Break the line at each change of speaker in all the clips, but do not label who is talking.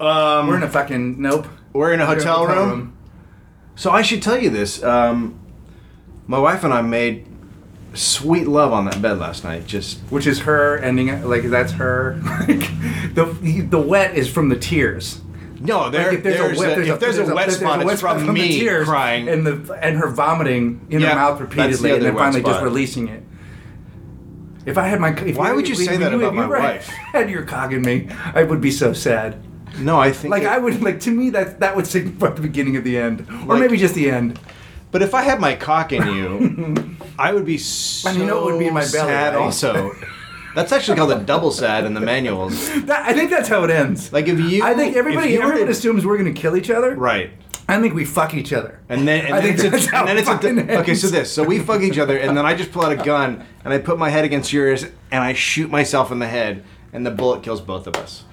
Um,
We're in a fucking nope.
We're in a hotel
We're in a
room. So I should tell you this. Um, my wife and I made sweet love on that bed last night. Just
which is her ending. it- Like that's her. Like the the wet is from the tears.
no, there,
Like if there's, a wet,
if there's a wet spot, it's
spot
from me
the tears
crying.
and the and her vomiting in
Yeah,
her mouth
that's the
repeatedly, and
other
then
wet
finally just
spot.
releasing it. If I had my, if
Why would you
if
say that
if
about my
you were-
wife?
Had your cock in me, I would be so sad.
no, I think
Like
it-
I would, like to me that that would signify the beginning of the end, or
Like-
maybe just the end.
But if I had my cock in you, I would be so
I mean, you know it would be in my belly,
sad
right?
also. That's actually called a double sad in the manuals.
That, I think that's how it ends.
Like if you,
I think everybody,
if you were to-
everyone assumes we're gonna kill each other.
right,
I think we fuck each other.
and then and
I
then it's
think that's
a,
how
and then it's a,
fucking
okay. So
ends.
this, so we fuck each other, and then I just pull out a gun and I put my head against yours, and I shoot myself in the head, and the bullet kills both of us.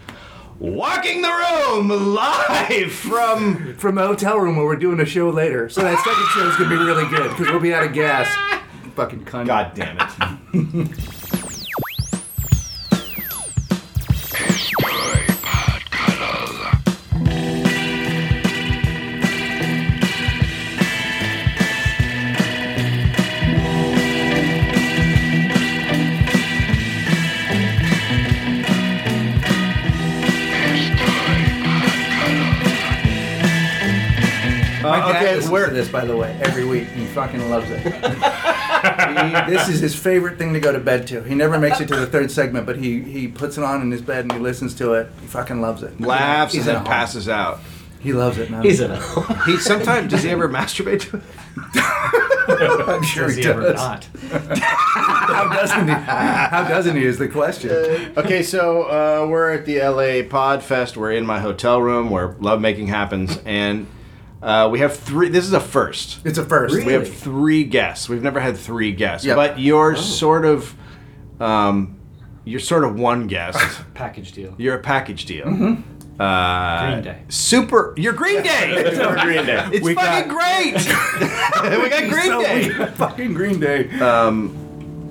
Walking the room live from
from a hotel room where we're doing a show later. So that second show is gonna be really good because we'll be out of gas. Fucking cunt.
God damn it.
My
Uh,
dad
okay,
listens
we're-
to this, by the way, every week. He fucking loves it. He- this is his favorite thing to go to bed to. He never makes it to the third segment, but he, he puts it on in his bed and he listens to it. He fucking loves it.
Laughs
He's
and
at
then
home.
passes out.
He loves it, man.
He's in a.
He sometimes does he ever masturbate to it?
I'm sure
Does
he
he ever
does.
not?
How doesn't he? How doesn't he is the question.
Okay, so uh, we're at the LA Pod Fest. We're in my hotel room where lovemaking happens, and uh, we have three. This is a first.
It's a first.
We have
Really?
three guests. We've never had three guests,
Yep.
but you're sort of, um, you're sort of one guest.
Package deal.
you're a package deal.
Green Day.
Super. You're Green Day.
Green Day.
it's
We
fucking
got-
great. we got Green
So we
Day. Uh,
got fucking Green Day.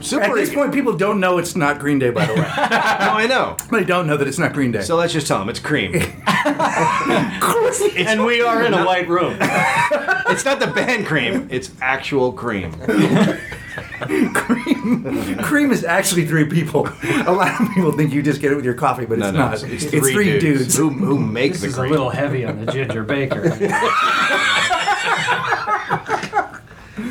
Super.
At this point, people don't know it's not Green Day, by the way.
no, I know.
they don't know that it's not Green Day.
So let's just tell them it's cream.
and we are in a white room.
it's not the band cream. It's actual cream.
Cream, cream is actually three people. A lot of people think you just get it with your coffee, but
No,
it's
no,
not.
it's, it's three, dudes. Who, who makes
This is
the
a
cream?
little heavy on the ginger baker.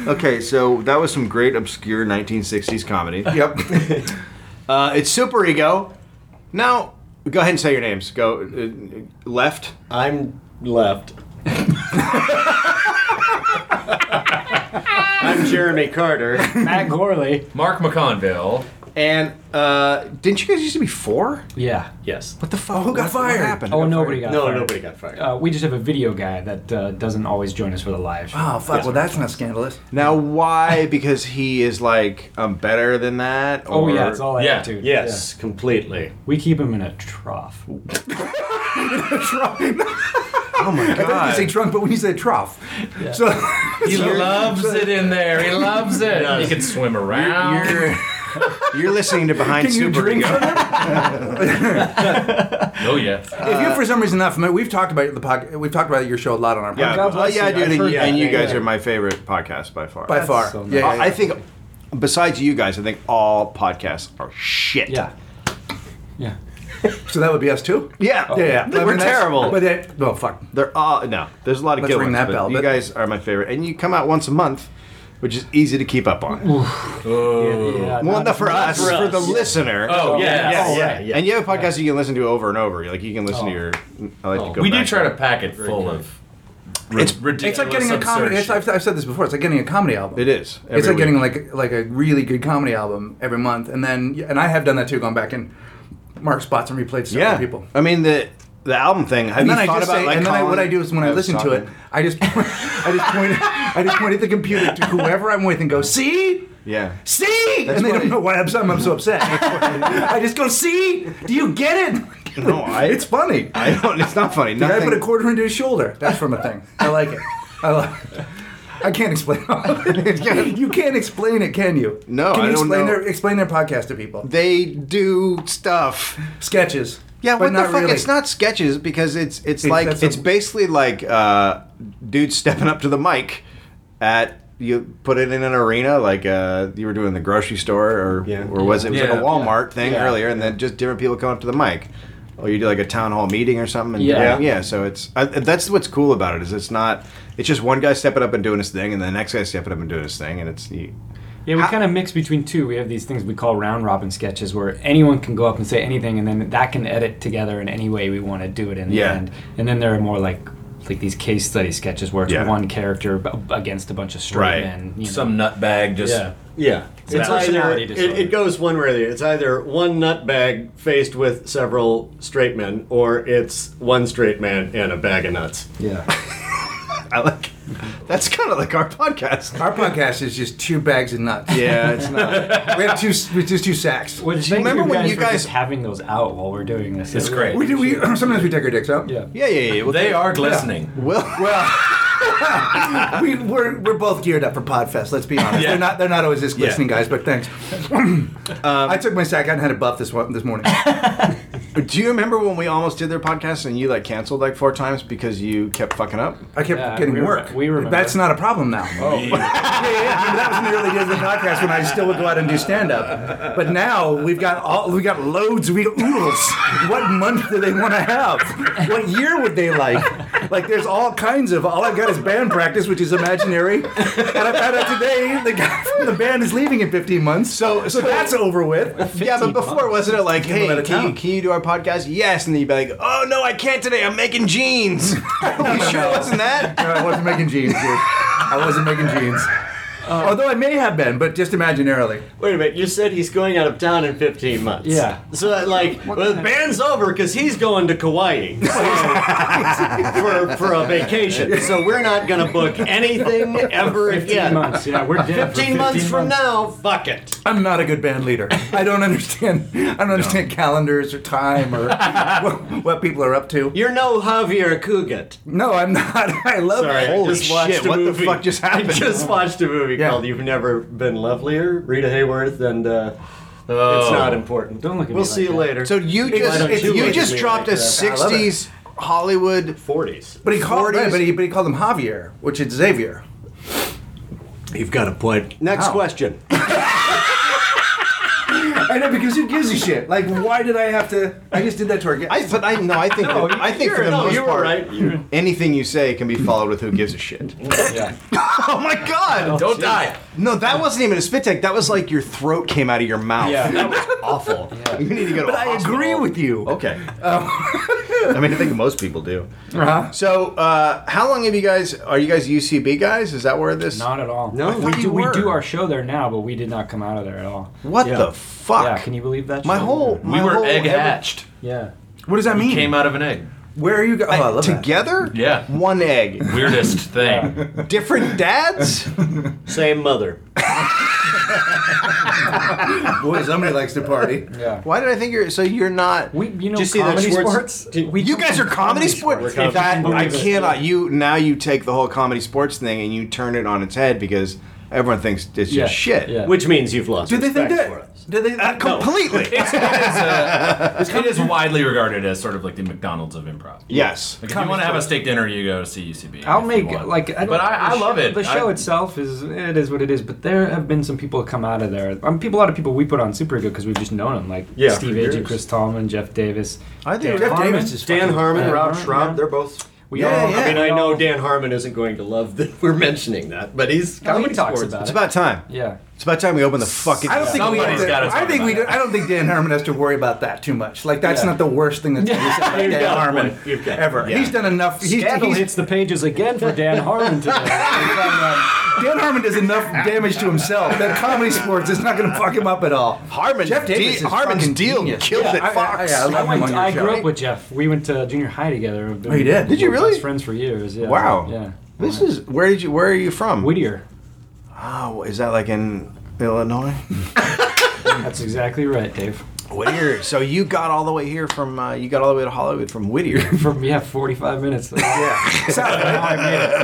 Okay, so that was some great obscure 1960s comedy.
Yep.
Uh, it's Super Ego. Now, go ahead and say your names. Go uh, uh, left.
I'm left. I'm Jeremy Carter.
Matt Gorley.
Mark McConville.
And uh, didn't you guys used to be four?
Yeah.
Yes.
What the fuck? who
got
Oh, what,
fired?
What happened?
Oh,
Who
nobody
fired?
got
No,
fired.
nobody got fired.
Uh, we just have a video guy that uh, doesn't always join us for the live. show.
Oh fuck! Well, that's not scandalous.
Now, why? Because he is like, I'm better than that.
oh
or-
yeah, it's all
Yeah,
attitude.
Yes, completely.
Yeah. We keep him in a trough.
Oh my
I thought you say
god.
drunk, but when you say trough, so
He loves it in there. He loves it. He can swim around.
you're,
You're listening to Behind
Can you
Super
drink
Ego.
oh yeah.
if
Uh,
you're for some reason not familiar, we've talked about the podcast. We've talked about your show a lot on our podcast
Yeah,
God
oh,
bless
yeah, I
you.
do.
I've
And you,
heard that.
and you
Yeah,
guys
yeah.
are my favorite podcast by far.
by far.
so nice.
yeah, yeah,
I think, besides you guys, I think all podcasts are shit.
Yeah. Yeah.
yeah. so. That would be us too.
Yeah.
Yeah, yeah. I
We're
mean, that's-
terrible.
But it, well, fuck.
They're all, no, there's a lot of
Let's
good
ring
ones.
that
but
bell,
You
but-
guys are my favorite. And you come out once a month, which is easy to keep up on.
Yeah,
well,
not-
enough for us, for,
for us.
the listener.
Oh yeah.
yeah,
yeah.
yeah, yeah.
And you have a podcast you can listen to over and over. Like you can listen to
Oh.
your. I like to go
We do
back
try
it.
to pack it full of.
It's-
ridiculous.
It's like getting a comedy. It's, I've, I've said this before. It's like getting a comedy album.
It is.
it's
every
like getting
week.
like like a really good comedy album every month, and then and I have done that too, going back and mark spots and replayed stuff
Yeah.
for people.
I mean, the the album thing. Have
And
you
then I
thought
just
about
say,
like
and then I, what
calling-
I do is when I,
was
listen to it,
talking-
I just I just point I just point at the computer to whoever I'm with and go see.
Yeah.
See, and they
what I-
don't know why I'm, so- I'm so upset. I just go, see, do you get it?
No, I.
It's funny. I,
I don't. It's not funny. Nothing.
I put a quarter into his shoulder. That's from a thing. I like it. I like. It. I can't explain. you can't explain it, can you?
No,
Can you
I don't
explain
know.
their explain their podcast to people?
They do stuff.
sketches.
Yeah,
But
what the
not
fuck?
really.
It's not sketches because it's it's, like
that's
it's
a-
basically like uh, dudes stepping up to the mic at you put it in an arena like uh, you were doing the grocery store or
Yeah.
or was it, it was
Yeah.
like a Walmart thing
Yeah.
earlier and then just different people come up to the mic. Or you do like a town hall meeting or something. And
Yeah.
yeah. So it's I, that's what's cool about it is it's not it's just one guy stepping up and doing his thing and the next guy stepping up and doing his thing and it's you,
Yeah, we
How-
kind of mix between two. We have these things we call round robin sketches where anyone can go up and say anything, and then that can edit together in any way we want to do it in the
Yeah.
end. And then there are more like like these case study sketches where it's
Yeah.
one character b- against a bunch of straight
Right.
men. You know.
Some nutbag just.
yeah.
Yeah, it's,
about
either
personality
it,
disorder.
it goes one way or the other. It's either one nutbag faced with several straight men, or it's one straight man and a bag of nuts.
Yeah.
I like that's kind of like our podcast.
Our podcast is just two bags of nuts.
Yeah, it's not.
we have two, we just two sacks.
Which
you remember when you
were just
guys-
having those out while we're doing this?
It's
It-
great.
We do. We sometimes we take our dicks out.
Yeah.
Yeah, yeah, yeah. Well,
They are glistening.
Well,
we, we're we're both geared up for Podfest. Let's be honest.
Yeah.
They're not they're not always this glistening, guys. But thanks.
Um,
I took my sack out and had a buff this one, this morning.
do you remember when we almost did their podcast and you like canceled like four times because you kept fucking up?
I kept
Yeah,
getting
we remember-
work.
we remember.
That's not a problem now. Oh. yeah, yeah, yeah. Remember, that was in the early days of the podcast when I still would go out and do stand up. But now we've got all we got loads. We got oodles. What month do they want to have? What year would they like? Like there's all kinds of. All I've got is band practice, which is imaginary. And I found out today the guy from the band is leaving in 15 months. So so that's over with.
Yeah, but before wasn't it like, hey,
them out of
can you,
town.
can you do our podcast? Yes, and then you'd be like, oh no, I can't today. I'm making jeans. you sure it wasn't that?
No, I wasn't making jeans, dude. I wasn't making jeans.
Uh.
Although I may have been, but just imaginarily.
Wait a minute, you said he's going out of town in 15 months.
Yeah.
So, that, like, well, the band's over because he's going to Kauai so- for, for a vacation. So, we're not going to book anything ever
15
again.
months. Yeah, we're dead. for
15 months from
months.
now, fuck it.
I'm not a good band leader. I don't understand. I don't understand calendars or time or what, what people are up to.
You're no Javier Cugat.
No, I'm not. I love.
Sorry,
Holy
I just watched
shit,
a
what the
movie.
fuck just
I
happened?
just watched a movie
Yeah.
called You've Never Been Lovelier, Rita Hayworth, and uh,
Oh.
it's not important.
Don't look at me
We'll
like
see you
that.
later.
So you
don't
just
you
you
like
just
me
dropped a
like
that? I love it.
'60s Hollywood.
40s.
But he called.
40s.
Right, but he but he called him Javier, which is Xavier.
You've got a point. Next
Wow.
question.
I know because who gives a shit? Like, why did I have to? I just did that to our guest.
I but I no, I think I think for
You're-
the
no,
most
you were
part,
right. You-
anything you say can be followed with who gives a shit.
Yeah.
oh my god!
Don't die.
No, that wasn't even a spit take. That was like your throat came out of your mouth.
Yeah.
that was awful. You need to go to.
But I agree with you.
Okay. I mean, I think most people do.
Uh-huh.
So, uh, how long have you guys? Are you guys UCB guys? Is that where this?
Not at all.
No,
we
you
do we
were.
do our show there now, but we did not come out of there at all.
what
Yeah.
the fuck?
Yeah, can you believe that?
my
shit?
whole.
We
my
were
whole
egg
every-
hatched.
Yeah.
What does that mean?
Came out of an egg.
Where are you going? Oh, I love that.
together.
Yeah.
One egg.
Weirdest thing.
Different dads.
Same mother.
Boy, somebody likes to party.
Yeah.
Why did I think you're? So you're not.
We you know
you see that
comedy
Schwartz-
sports.
Did-
We
you
come
guys are
from
comedy sports.
We're
That
comedy
I
sports.
cannot. You now you take the whole comedy sports thing and you turn it on its head because everyone thinks it's just
Yeah,
shit.
yeah.
Which means you've lost
Do they think
respect
that?
for us.
Do they? Uh,
Completely.
it is widely regarded as sort of like the McDonald's of improv.
yes.
Like if you want to have a steak dinner, you go to see UCB.
I'll
If you
make
want.
like, I don't,
but I, I
the
love
show-
it.
The show
I-
itself is it is what it is. But there have been some people that come out of there. Um, people, a lot of people we put on super good because we've just known them, like
Yeah,
Steve
for
Agee,
years.
Chris Tallman, Jeff Davis.
I think
Dan
Jeff
Harmon.
Davis is
Dan
fucking-
Harmon,
Yeah.
Rob
Yeah.
Schraub, they're both.
We
Yeah,
all,
yeah.
I mean,
we
I know
all-
Dan Harmon isn't going to love that we're mentioning that, but he's
No, he
comedy
talks
sports.
about
It's about time.
Yeah.
It's about time we open the fucking.
I don't think we have
Somebody's
to,
gotta talk
I think we.
about
Do, I don't think Dan Harmon has to worry about that too much. Like that's
Yeah.
not the worst thing that's been said about
You've
Dan
got a
Harmon
point. You've got-
ever.
yeah.
He's done enough. He's,
Scandal
he's-
hits the pages again for Dan Harmon today. From,
Dan Harmon does enough damage to himself that comedy sports is not going to fuck him up at all.
Harmon.
Jeff
de-
Davis is
Harmon's
fucking
deal
genius.
killed
Yeah,
it.
I- I-
Fox.
yeah, I
um, I,
love him
went,
on your
I
show.
grew up with Jeff. We went to junior high together. We've been-
Oh, you did?
Did you
we're
really?
Best friends for years. Yeah.
Wow.
Yeah.
This is where did you? Where are you from?
Whittier.
Oh, is that like in Illinois?
That's exactly right, Dave.
Whittier. So you got all the way here from? Uh, you got all the way to Hollywood from Whittier.
From yeah, 45 minutes.
Yeah, South,
Yeah.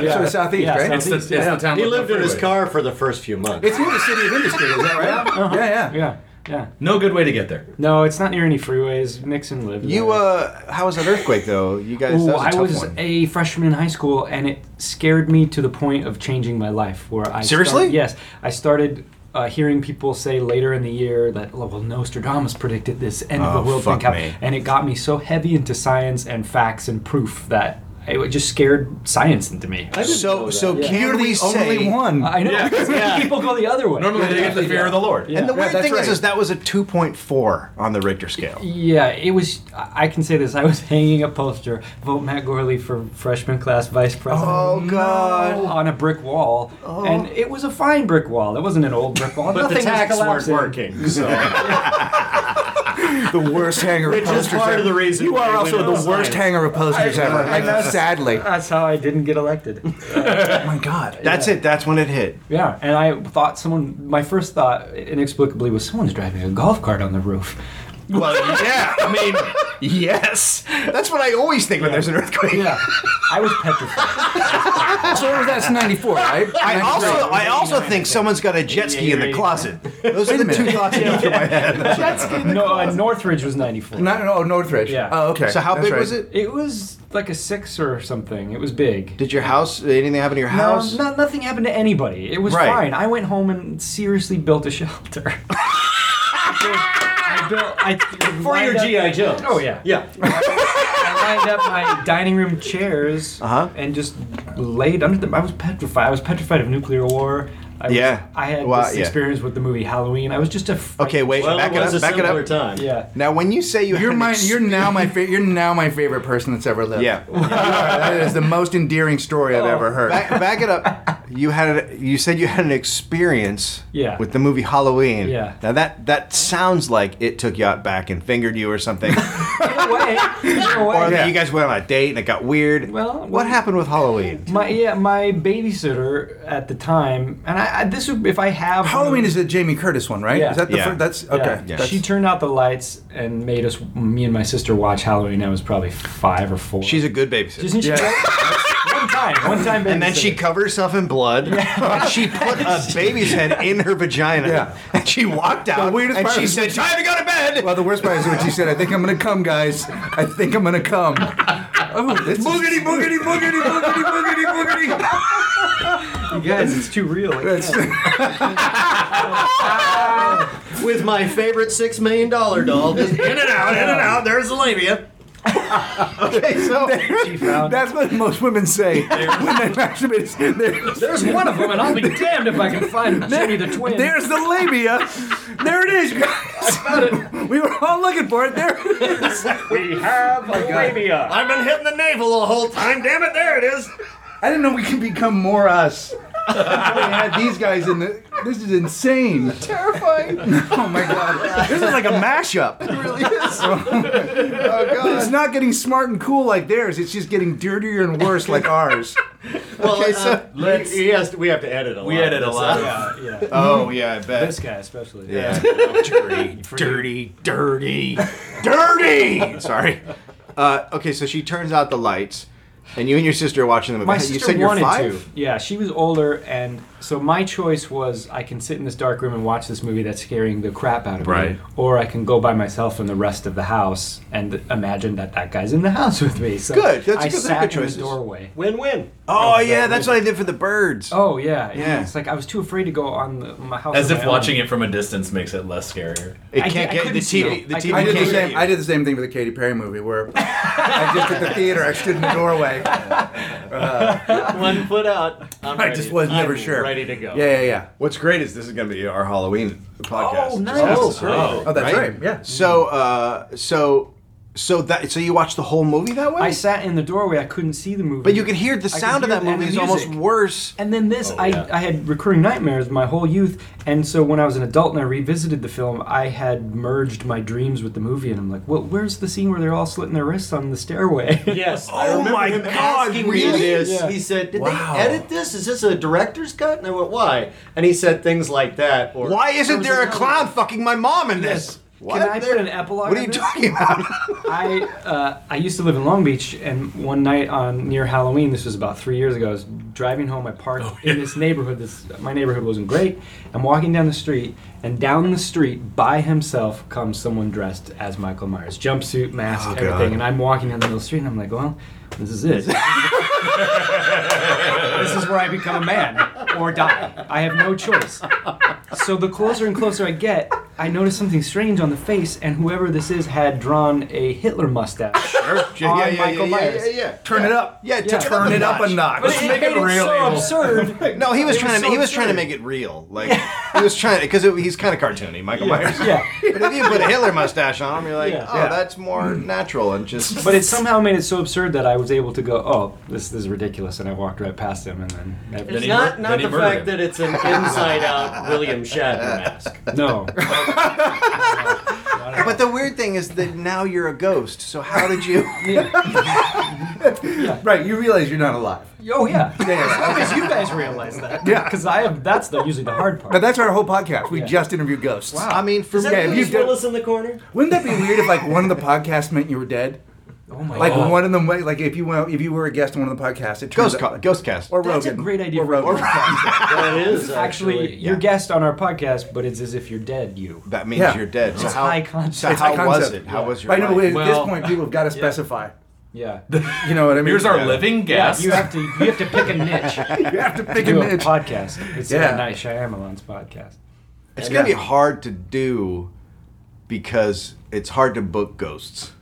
So the southeast,
Yeah,
right?
It's the, it's
yeah.
the town.
He
with no
lived in his
freeway.
car for the first few months.
It's near the city of industry. Is that right? Yeah, yeah.
Yeah. Yeah.
No good way to get there.
No, it's not near any freeways. Mix and live.
You
there.
uh, how was that earthquake though? You guys,
Ooh,
that was a
I
tough
was
one.
a freshman in high school, and it scared me to the point of changing my life. Where I
Seriously?
start- yes, I started uh, hearing people say later in the year that oh, well Nostradamus predicted this end of
Oh,
the world thing
fuck
happened,"
me.
and it got me so heavy into science and facts and proof that it just scared science into me. I,
so so can
You're
we
the
say?
only one.
know because people go the other way.
Normally they get the fear of the Lord.
Yeah.
And the
Yeah,
weird
that's
thing is,
right.
is that was a 2.4 on the Richter scale.
Yeah, it was. I I can say this. I was hanging a poster, vote Matt Gorley for freshman class vice president.
Oh, God.
On a brick wall, and it was a fine brick wall. It wasn't an old brick wall.
But
Nothing
the tax
was
weren't
collapsing.
working, so
the worst hanger
Which
of
is
posters.
part of
ever.
the reason
you
why
are
I
also
went
the
outside.
worst hanger of posters ever. Like sadly, oh
That's how I didn't get elected.
my god.
That's it. That's when it hit.
yeah, and I thought someone. My first thought, inexplicably, was someone's driving a golf cart on the roof.
Well, yeah. I mean, yes. That's what I always think when there's an earthquake.
Yeah, I was petrified.
So that's '94, right?
I
93.
also, I also think someone's got a jet ski in the closet. Those are the two thoughts that go through my head.
no, uh, Northridge was ninety-four.
Not, no, Northridge.
Yeah.
Oh, okay.
So how
That's
big
right.
was it?
It was like a six or something. It was big.
Did your house? did Anything happen to your
No,
house?
no, nothing happened to anybody. It was
Right.
fine. I went home and seriously built a shelter. I built I
for your
lined up-
GI Joe.
Oh yeah,
yeah.
I lined up my dining room chairs
Uh-huh.
and just laid under them. I was petrified. I was petrified of nuclear war. I was-
Yeah.
I had
Well,
this
yeah.
experience with the movie Halloween. I was just a fr-
Okay, wait.
Well,
back
it
it
was
up.
a
Back it
similar
up.
time.
Yeah.
Now, when you say you
You're
had
my,
ex-
you're now my favorite. You're now my favorite person that's ever lived.
yeah.
that is the most endearing story I've ever heard.
back, back it up. You had you said you had an experience
Yeah.
with the movie Halloween.
Yeah.
Now that that sounds like it took you out back and fingered you or something, or
In a way, in a way.
that you guys went on a date and it got weird.
Well,
what
well-
happened with Halloween?
My yeah, my babysitter at the time, and I, I this would if I have
Halloween is the Jamie Curtis one, right?
Yeah.
Is that the
Yeah.
first? That's
Yeah.
okay. That's,
She turned out the lights and made us, me and my sister, watch Halloween. I was probably five or four.
She's a good babysitter.
Isn't she
Yeah.
great? one time, one time.
and then she
babysitter.
covered herself in blood. And she put a baby's head in her vagina.
Yeah.
And she walked out.
weirdest
and
part
she
is
said, "Time to go to bed."
well, the worst part is what she said. I think I'm gonna come, guys. I think I'm gonna come. Oh, this is-
boogity boogity boogity boogity boogity boogity.
you guys, it's too real. I
That's-
can't.
With my favorite six million dollar doll, just in and out, in and out. There's the labia.
Okay, so
She found.
That's what most women say when they masturbate. is, There's,
There's one of them, and I'll be damned if I can find Jenny the twin.
there's the labia. There it is, guys. We were all looking for it. There.
we
Oh
have a labia.
I've been hitting the navel the whole time. Damn it, there it is.
I didn't know we could become more us. we had these guys in the. This is insane. Terrifying. Oh my god. This is like a mashup. It really is.
oh god.
It's not getting smart and cool like theirs. It's just getting dirtier and worse like ours.
Well,
Okay,
uh,
so-
let's. He has to, we have to edit a lot.
We edit a
That's
lot.
Yeah, yeah.
Oh yeah, I bet.
This guy especially.
Yeah. dirty, dirty, dirty, dirty. Sorry. Uh, okay, so she turns out the lights, and you and your sister are watching the movie.
My
you
sister
said you're
wanted
five.
to. Yeah, she was older, and so my choice was I can sit in this dark room and watch this movie that's scaring the crap out of
Right.
me, or I can go by myself in the rest of the house and imagine that that guy's in the house with me. So
Good, that's
I
good- those are
sat
good
in
choices.
the doorway.
Win-win.
Oh yeah, that's what I did for the birds.
Oh yeah,
Yeah.
It's like I was too afraid to go on the, my house.
As if watching it from a distance makes it less scarier.
it
I
can't
did-
get
I
the
couldn't see
TV.
it.
The
I
TV
I did
can't
the
get
same.
you.
I did the same thing with the Katy Perry movie where I just at the theater. I stood in the doorway.
One foot out. I'm
I
ready.
just was never
I'm
sure.
Ready to go.
Yeah, yeah, yeah.
What's great is this is going to be our Halloween podcast. Just
Oh,
Mm-hmm.
nice.
after
Oh,
this,
great.
Oh, that's right. Yeah.
So, uh, so, so that so you watched the whole movie that way.
I sat in the doorway. I couldn't see the movie,
but you could hear the
I could
sound of
hear
that
it and
movie is
the
almost
music.
worse.
And then this, I,
Oh, yeah.
I had recurring nightmares my whole youth. And so when I was an adult and I revisited the film, I had merged my dreams with the movie. And I'm like, well, where's the scene where they're all slitting their wrists on the stairway?
Yes. I remember
my
him
God,
asking
really?
me this.
Yeah.
He said, "Did
Wow.
they edit this? Is this a director's cut?" And I went, "Why?" And he said things like that. Or
Why
There
isn't
was
there a
another-
clown fucking my mom in this? What?
Can I
There-
put an epilogue?
What are
on
you
this?
talking about?
I uh, I used to live in Long Beach, and one night on near Halloween, this was about three years ago. I was driving home. I parked
Oh,
in this neighborhood. This my neighborhood wasn't great. I'm walking down the street, and down the street by himself comes someone dressed as Michael Myers, jumpsuit, mask,
Oh, God.
everything. And I'm walking down the middle of the street, and I'm like, well, this is it. this is where I become a man or die. I have no choice. So the closer and closer I get, I notice something strange on the face, and whoever this is had drawn a Hitler mustache.
Yeah, yeah,
on
yeah,
Michael
yeah,
Myers.
yeah, yeah.
Turn it up.
Yeah,
Yeah.
Turn it up a notch.
But it,
Make
made
it
it,
real
so
evil.
absurd.
No, he was
It was
trying to
so
he was trying to
absurd.
make it real. Like he was trying because he's kind of cartoony, Michael Myers.
Yeah.
But if you put a Hitler mustache on him, you're like,
Yeah.
oh,
Yeah.
that's more natural and just.
But it somehow made it so absurd that I was able to go, oh, this, this is ridiculous, and I walked right past him, and then
Then
It's
he
not
mur-
not
then he
the
murdered
fact
him.
that it's an inside out William Shatner mask.
no,
But the weird thing is that now you're a ghost. So how did you?
Right, you realize you're not alive.
oh yeah,
Yeah.
because you guys realize that,
Yeah.
because I have that's the usually the hard part.
But that's our whole podcast. We
Yeah.
just interview ghosts. Wow.
I mean, for
Is that
Yeah,
yeah,
if
Bruce
you did-
Willis in the corner?
Wouldn't that be weird if like one of the podcasts meant you were dead?
oh my
Like
god,
one of them, like if you went, if you were a guest on one of the podcasts, it turns
ghost
out,
ca- ghost cast.
or
that's a
Rogan.
great idea.
Or
for-
Rogan.
That is
actually, your guest on our podcast, but it's as if you're dead. You.
that means
Yeah.
you're dead. So
It's
how?
high concept.
So
It's
how
high
was
concept.
it? How was your?
But I know
life?
at
Well-
this point, people have got to specify.
Yeah.
You know what I mean?
Here's our
Yeah.
living
Yeah,
guest.
you have to you have to pick a niche.
You have to pick a
do a
niche.
podcast. It's
Yeah.
yeah. Night Shyamalan's podcast.
It's gonna be
Yeah.
hard to do because it's hard to book ghosts.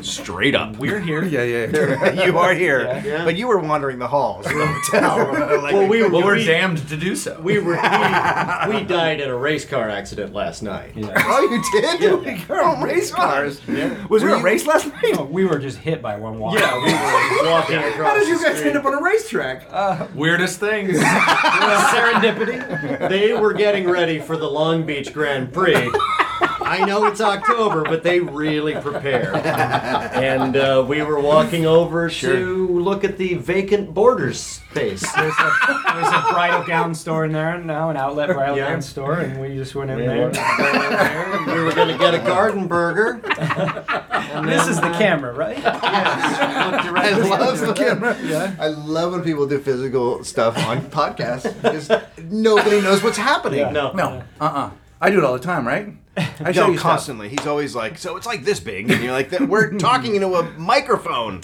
Straight up.
We're here.
Yeah, yeah. yeah.
you are here,
Yeah.
but you were wandering the halls of the hotel. Like,
Well, we
Well,
we,
we're damned to do so.
we were we, we died in a race car accident last night.
Yeah.
oh, you did? We were on race cars.
Was there a race last night?
No, we were just hit by one walk.
Yeah, we were walking across.
How did you
the
guys
street.
end up on a racetrack?
Weirdest things.
Serendipity.
They were getting ready for the Long Beach Grand Prix. I know it's October, but they really prepare. And uh, we were walking over to look at the vacant borders space.
There's a, there's a bridal gown store in there now, an outlet bridal
Yeah.
gown store, and we just went in
We
there.
went and uh, we were gonna get a garden burger. And
This
then,
is the camera, right?
yes,
I
looked directly
love
into
the
it.
camera. I love when people do physical stuff on podcasts because nobody knows what's happening.
No,
No. Uh uh I do it all the time, right? I show
No,
you stuff.
constantly. He's always like, so it's like this big, and you're like, "That- we're talking into a microphone.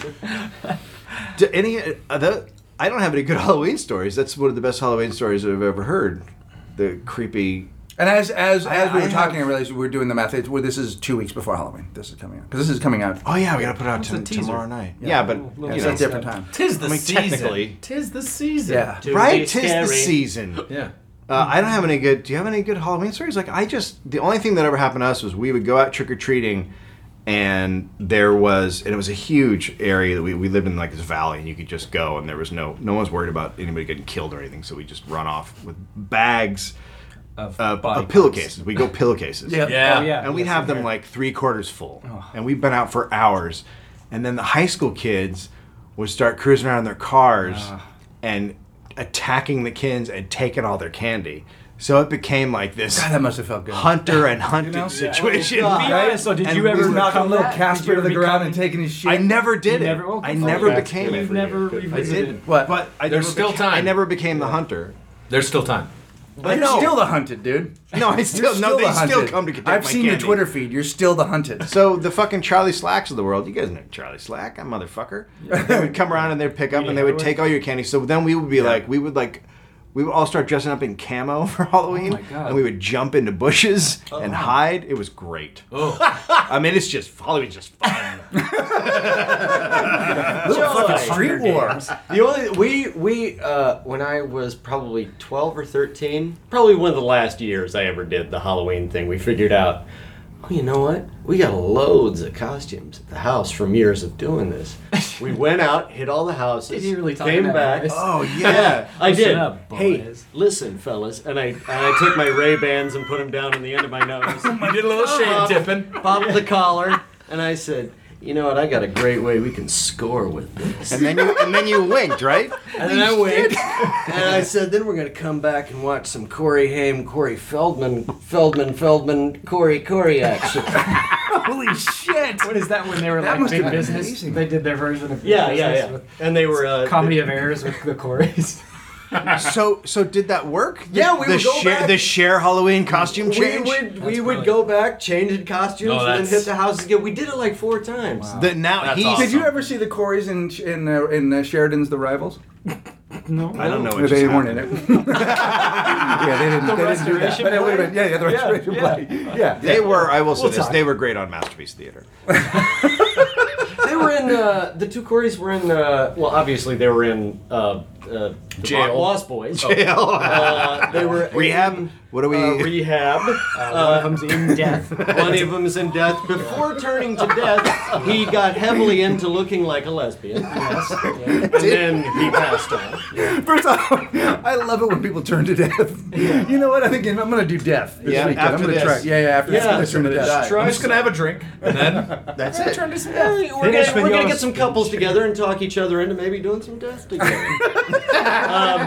Do any? Are the, I don't have any good Halloween stories. That's one of the best Halloween stories I've ever heard. The creepy.
And as as as we
I
were talking,
have-
I realized we were doing the math. It's, well, this is two weeks before Halloween. This is coming out because this is coming out.
Oh yeah, we gotta put it out
a
to,
teaser.
tomorrow night. Yeah, but
Little-
you
It's
know,
a different time.
Tis the
I mean,
season.
technically-
Tis the season.
Yeah.
To
right.
be
Tis the
scary.
season.
Yeah.
Uh, I don't have any good. Do you have any good Halloween stories? Like I just the only thing that ever happened to us was we would go out trick or treating, and there was and it was a huge area that we, we lived in like this valley, and you could just go, and there was no no one's worried about anybody getting killed or anything, so we just run off with bags uh,
Of,
of,
body
of
parts.
pillowcases. We go pillowcases.
Yep.
Yeah.
Oh, yeah.
And we'd
yes,
have them
okay.
like three quarters full. And we've been out for hours. And then the high school kids would start cruising around in their cars and attacking the kids and taking all their candy. So it became like this
God, that must have felt good.
hunter and hunted
know?
situation.
Be honest, so did
And
you
we
ever
were
knocking
become
little
that? Did
Casper
you
to the
ever
ground
become-
and taking his shit.
I never did
You
it.
never- oh,
I
good for
never
you.
became
You've
it.
never
I
revisited.
didn't.
What?
But I
There's
never
still
beca-
time.
I never became the hunter.
There's still time.
But
You're still the hunted, dude.
no, I still, no, they still come to get
I've
my
seen your
candy.
Twitter feed. You're still the hunted.
So the fucking Charlie Slacks of the world, you guys know Charlie Slack, I'm a motherfucker. They would come around and they'd pick up and they would take all your candy. So then we would be like, we would like, we would all start dressing up in camo for
Oh
Halloween,
my God.
and we would jump into bushes
Uh-huh.
and hide. It was great.
Oh.
I mean, it's just Halloween's just fun.
Little
Joy.
fucking street war.
The only we we uh, when I was probably twelve or thirteen, probably one of the last years I ever did the Halloween thing. We figured out, oh, you know what? We got loads of costumes at the house from years of doing this. We went out, hit all the
Did
houses,
you really talk
came
about
back.
this?
oh yeah.
I
Listen
did.
up,
hey,
boys.
listen, fellas, and I and I took my Ray Bans
Oh
and put them down on the end of my nose,
Uh-huh. You did a little shade dipping.
popped the collar, and I said, you know what? I got a great way we can score with this.
And then you and then you winked, right?
And then I went and I said, then we're gonna come back and watch some Corey Haim, Corey Feldman, Feldman, Feldman, Corey, Corey action.
Holy shit!
What is that when they were
That
like
must
big
have been
business?
amazing.
They did their version of Big
yeah, yeah,
Business
yeah.
with
And they were uh,
comedy of errors with the Coreys.
So so did that work? The-
Yeah, we
the
would go
share
back.
the share Halloween costume
We
change.
would we
That's
would go back, change in costumes,
No,
and then
that's-
hit the house again. We did it like four times.
That now
That's
he's
awesome.
Did you ever see the Corys in in uh, in uh, Sheridan's The Rivals?
No,
I don't know. What Oh, just
they weren't in it. yeah, they didn't. they didn't do that.
restoration
But uh, it
play?
would've been- yeah, yeah, the
Yeah,
restoration
yeah.
play. Yeah.
They were. I will say
We'll
this.
talk.
They were great on Masterpiece Theater.
They were in uh, the two Coreys were in uh, well, obviously they were in uh, uh, the
Jail.
Lost Boys.
Jail.
Uh, they were
Rehab?
in,
What do we-
uh, rehab?
one
Uh,
comes in death.
one of them's in death. Before turning to death, he got heavily into looking like a lesbian,
yes, yeah.
and then he passed on.
First off, I love it when people turn to death. You know what? I think I'm gonna do death this
Yeah,
weekend. I'm
after
gonna
this.
try. Yeah, yeah. After this,
Yeah,
I'm gonna turn to
after
death.
this.
I'm just gonna have a drink, and then
That's it.
Hey, we're
Finish
gonna,
with
we're gonna
yours.
get some couples together and talk each other into maybe doing some death together. um,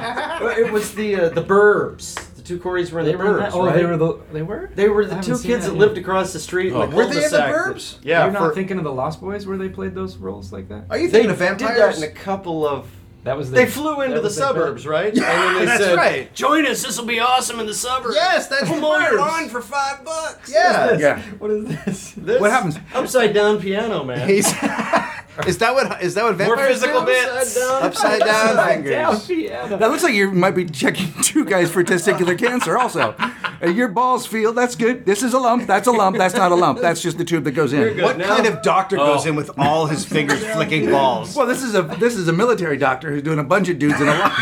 it was the uh, the Burbs. The two Corys were in
They
the
were.
Burbs,
Not, oh,
right?
they were the. They were.
They were
I
the
haven't
two
seen
kids
that
that,
yet. Oh.
lived across the street. in
Were they in the
cul-de-sac that-
Burbs?
Yeah,
You're not
for-
thinking of the Lost Boys where they played those roles like that.
Are you
they
thinking of
did that
vampires?
in a couple of.
That was.
They
the-
flew
that
into the
was their
suburbs, right? And then they
That's
said,
right.
"Join us. This will be awesome in the suburbs."
yes, that's
Come on,
Burbs.
lawn for five bucks.
Yeah.
Yeah.
What is this?
This
What happens?
Upside down piano, man.
He's, is that what is that what vampires
physical
do?
bits.
upside down.
Upside down
Down,
fingers.
Fiona.
That looks like you might be checking two guys for testicular cancer. Also, Uh, your balls feel. That's good. This is a lump. That's a lump. That's not a lump. That's just the tube that goes in.
good.
What
Now-
kind of doctor goes in with all his fingers flicking balls?
Well, this is a this is a military doctor who's doing a bunch of dudes in a lump.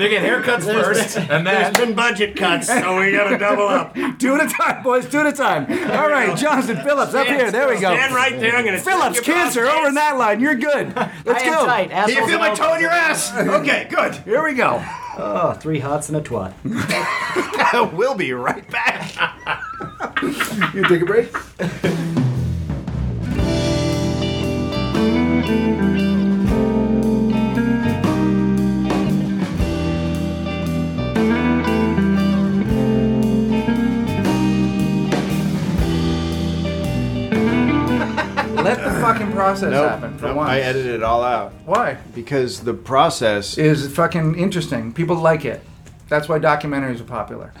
they get haircuts first, and then
been budget cuts, so we gotta double up.
Two at a time, boys. Two at a time. All right, Johnson Phillips up here. There we go.
right there. I'm gonna
Phillips, cancer over in that line. You're good. Let's
High and
go.
tight,
Do you
assholes
feel my
and
toe in your ass? Okay, good.
Here we go.
elbows. Oh, Three hots and a twat.
we'll be right back.
You take a break. Let the fucking process happen for once.
I edited it all out
Why?
because the process.
Is fucking interesting. People like it. That's why documentaries are popular.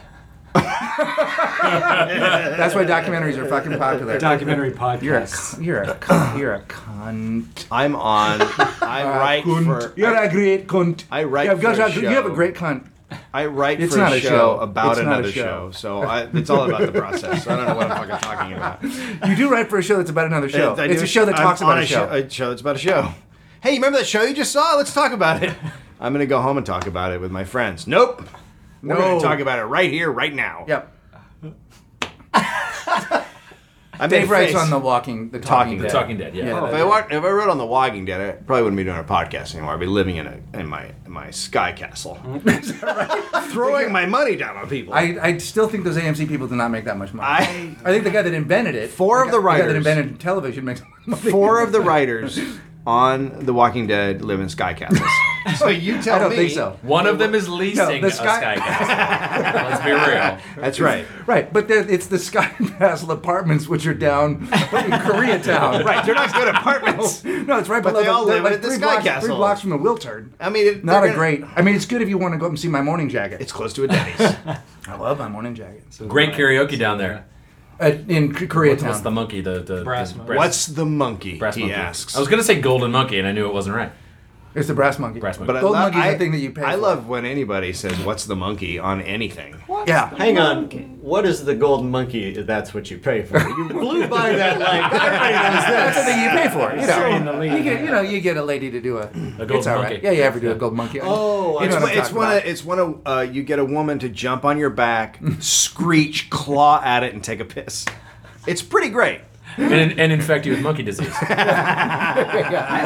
That's why documentaries are fucking popular.
Documentary podcast.
You're a cunt. You're a cunt. You're a cunt.
I'm on. I write for.
You're a great cunt.
I write
You've got
for a
a gr- You have a
show.
great cunt.
I write
It's
for
not
a
a
show,
show.
about
It's not a
another show.
show.
so I, it's all about the process. I don't know what I'm fucking talking about.
You do write for a show that's about another show.
I- I
it's
do-
a show that
I'm
talks
on
about a show.
A show Uh, that's about a show. Hey, you remember that show you just saw? Let's talk about it. I'm gonna go home and talk about it with my friends. Nope. We're
No.
gonna talk about it right here, right now.
Yep.
I made
Dave
a
writes
face.
on the Walking, the
Talking
Talking,
Dead.
Dead.
Talking Dead. Yeah.
Yeah.
If I, wa- if I wrote on The Walking Dead, I probably wouldn't be doing a podcast anymore. I'd be living in a in my in my sky castle, throwing my money down on people.
I, I still think those AMC people did not make that much money.
I-
I think the guy that invented it,
Four of
guy-
the
guy that
writers-
invented television, makes money.
Four of the writers on The Walking Dead live in sky castles. so you tell
I don't
me.
think so.
One of them is leasing
the
a
sky-
sky castle. Let's be real.
That's right.
Right, but there- it's the Sky Castle apartments, which are down in Koreatown.
Right. They're not good apartments.
No, it's right
But
below.
they
the-
all
they're
live
like
at the
three
Sky
blocks,
Castle.
Three blocks from the Wiltern.
I mean, it,
Not
they're
a
gonna-
great. I mean, it's good if you want to go up and see my morning jacket.
It's close to a Denny's.
I love my morning jacket.
Great karaoke down there.
At, in K-
What's,
Koreatown.
what's the monkey? The, the
Brass
the
monkey.
What's the monkey?
brass
he
monkey?
asks.
I was gonna say golden monkey, and I knew it wasn't right.
it's the brass monkey.
Brass monkey.
but uh, I
Gold
love,
monkey's
I,
the thing that you pay
I
for.
love when anybody says, "What's the monkey?" on anything.
Yeah.
Hang on. What is the golden monkey? That's what you pay for. You blew by that like everybody
That's
knows
the
this.
thing you pay for. You know,
in the lead.
you, get, you know, you get a lady to do a.
gold
it's all right.
monkey.
Yeah, you ever do a gold monkey?
Oh,
you know
I-
what I'm
it's
talking
when a,
about. Mm.
it's when a, uh, you get a woman to jump on your back, screech, claw at it, and take a piss. It's pretty great.
and, and infect you with monkey disease, which then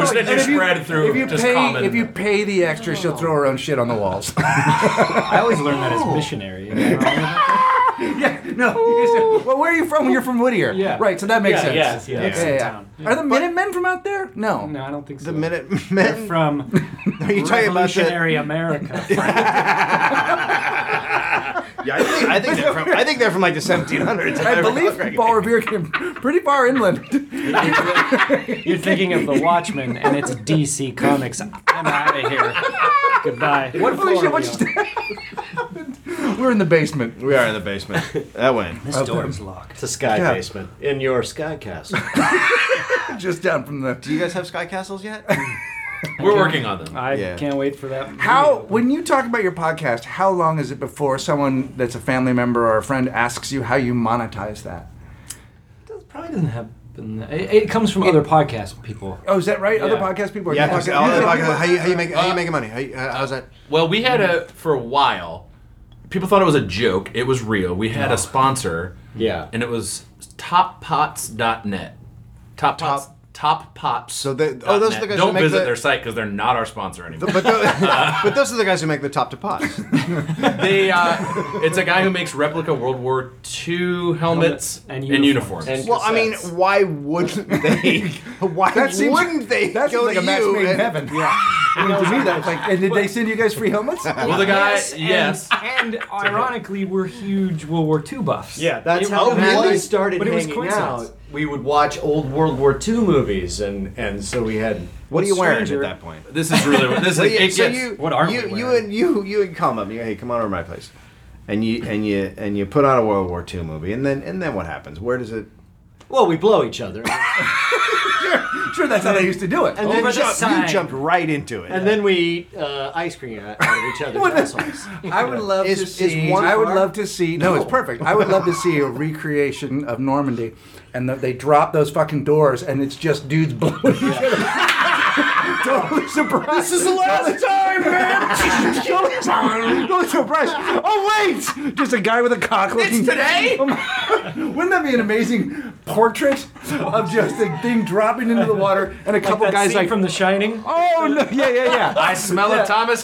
you
And if you-
spread through
If you
just
pay,
common.
if you pay the extra, she'll throw her own shit on the walls.
I always learned that as missionary. You know?
No. you guys- well, where are you from? You're from Whittier.
Yeah.
Right. So that makes
Yeah,
sense.
yes, yes.
Okay, yeah.
Town.
Are the Minutemen from out there? No.
No, I don't think so.
The minute
They're
men.
from
Are you talking about the?
revolutionary America.
Yeah, I think, I think they're from. I think they're from like the 1700s.
I believe Paul Revere came pretty far inland.
You're thinking of The Watchmen, and it's DC Comics. I'm out of here. Goodbye. What
Holy
floor
shit,
are
what
we
just We're in the basement.
We are in the basement. That went.
on? This door is locked.
It's a sky
Yeah.
basement in your sky castle.
Just down from
Do
the.
you guys have sky castles yet?
We're working on them.
I
Yeah.
can't wait for that.
How, when you talk about your podcast, how long is it before someone that's a family member or a friend asks you how you monetize that?
It probably doesn't happen. It, it comes from other podcast people.
Oh, is that right? Other
Yeah.
podcast people are
Yeah,
talking-
because all the podcast, how you how you make how you making money? How you, how- how's that?
Well, we had a for a while. People thought it was a joke. It was real. We had a sponsor,
yeah.
and it was TopPots.net. Top Pots. Top Pots.
So they- oh, those are the guys who
Don't
make
visit
the-
their site because they're not our sponsor anymore.
But those, but those are the guys who make the top to pots.
they, uh, it's a guy who makes replica World War II helmets,
Helmets
and
and
uniforms.
uniforms.
And
Well, I mean,
cassettes.
why wouldn't they? Why
That seems-
wouldn't they
That
go
seems like
to
a match
you?
made in
and-
heaven. Yeah. I mean, to me, that's like, and did they send you guys free helmets?
Well, the guy, yes,
And, and ironically, we're huge World War II buffs.
Yeah, that's
It
how
really
we
was,
started
but it was
hanging
coincidence.
out. We would watch old World War II movies, and and so we had.
What are you wearing
Stranger.
at that point?
this is really this is
So you,
it
so
gets-
you,
What are we
you, you
wearing?
and you, you and come up. You, hey, come on over to my place, and you and you and you put on a World War II movie, and then and then what happens? Where does it?
Well, we blow each other,
sure, that's how they used to do it.
and then
Over the
jump-
Uh,
side.
You jumped right into it.
and then we eat uh, ice cream out out of each other's assholes.
I would love
Is-
to
is
see.
one
I would
car-
love to see. No, it's perfect. I would love to see a recreation of Normandy, and that they drop those fucking doors, and it's just dudes blowing each other. totally surprised. This is the last time, man. totally, totally surprised. Oh wait, just a guy with a cock. Looking,
It's today?
Oh, my- Wouldn't that be an amazing portrait of just a thing dropping into the water and a couple
That
guys
scene
like.
from The Shining.
Oh no! Yeah, yeah, yeah.
I smell a Thomas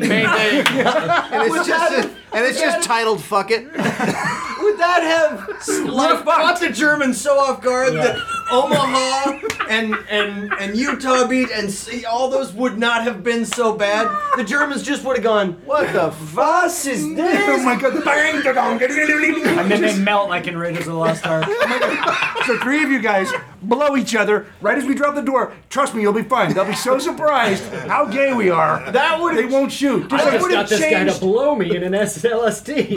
painting.
and it's just and it's just titled "Fuck It."
Would that have like caught the Germans so off guard that Omaha and and and Utah beat and see, all those would not have been so bad? The Germans just would have gone. What the fuss is
Oh
this?
my god! Bang! da-dong.
And then they melt like in Raiders of the Lost Ark.
So three of you guys blow each other right as we drop the door. Trust me, you'll be fine. They'll be so surprised how gay we are.
That would
they
have
won't shoot. Just
I
like,
just got this guy to
blow me in an SLSD.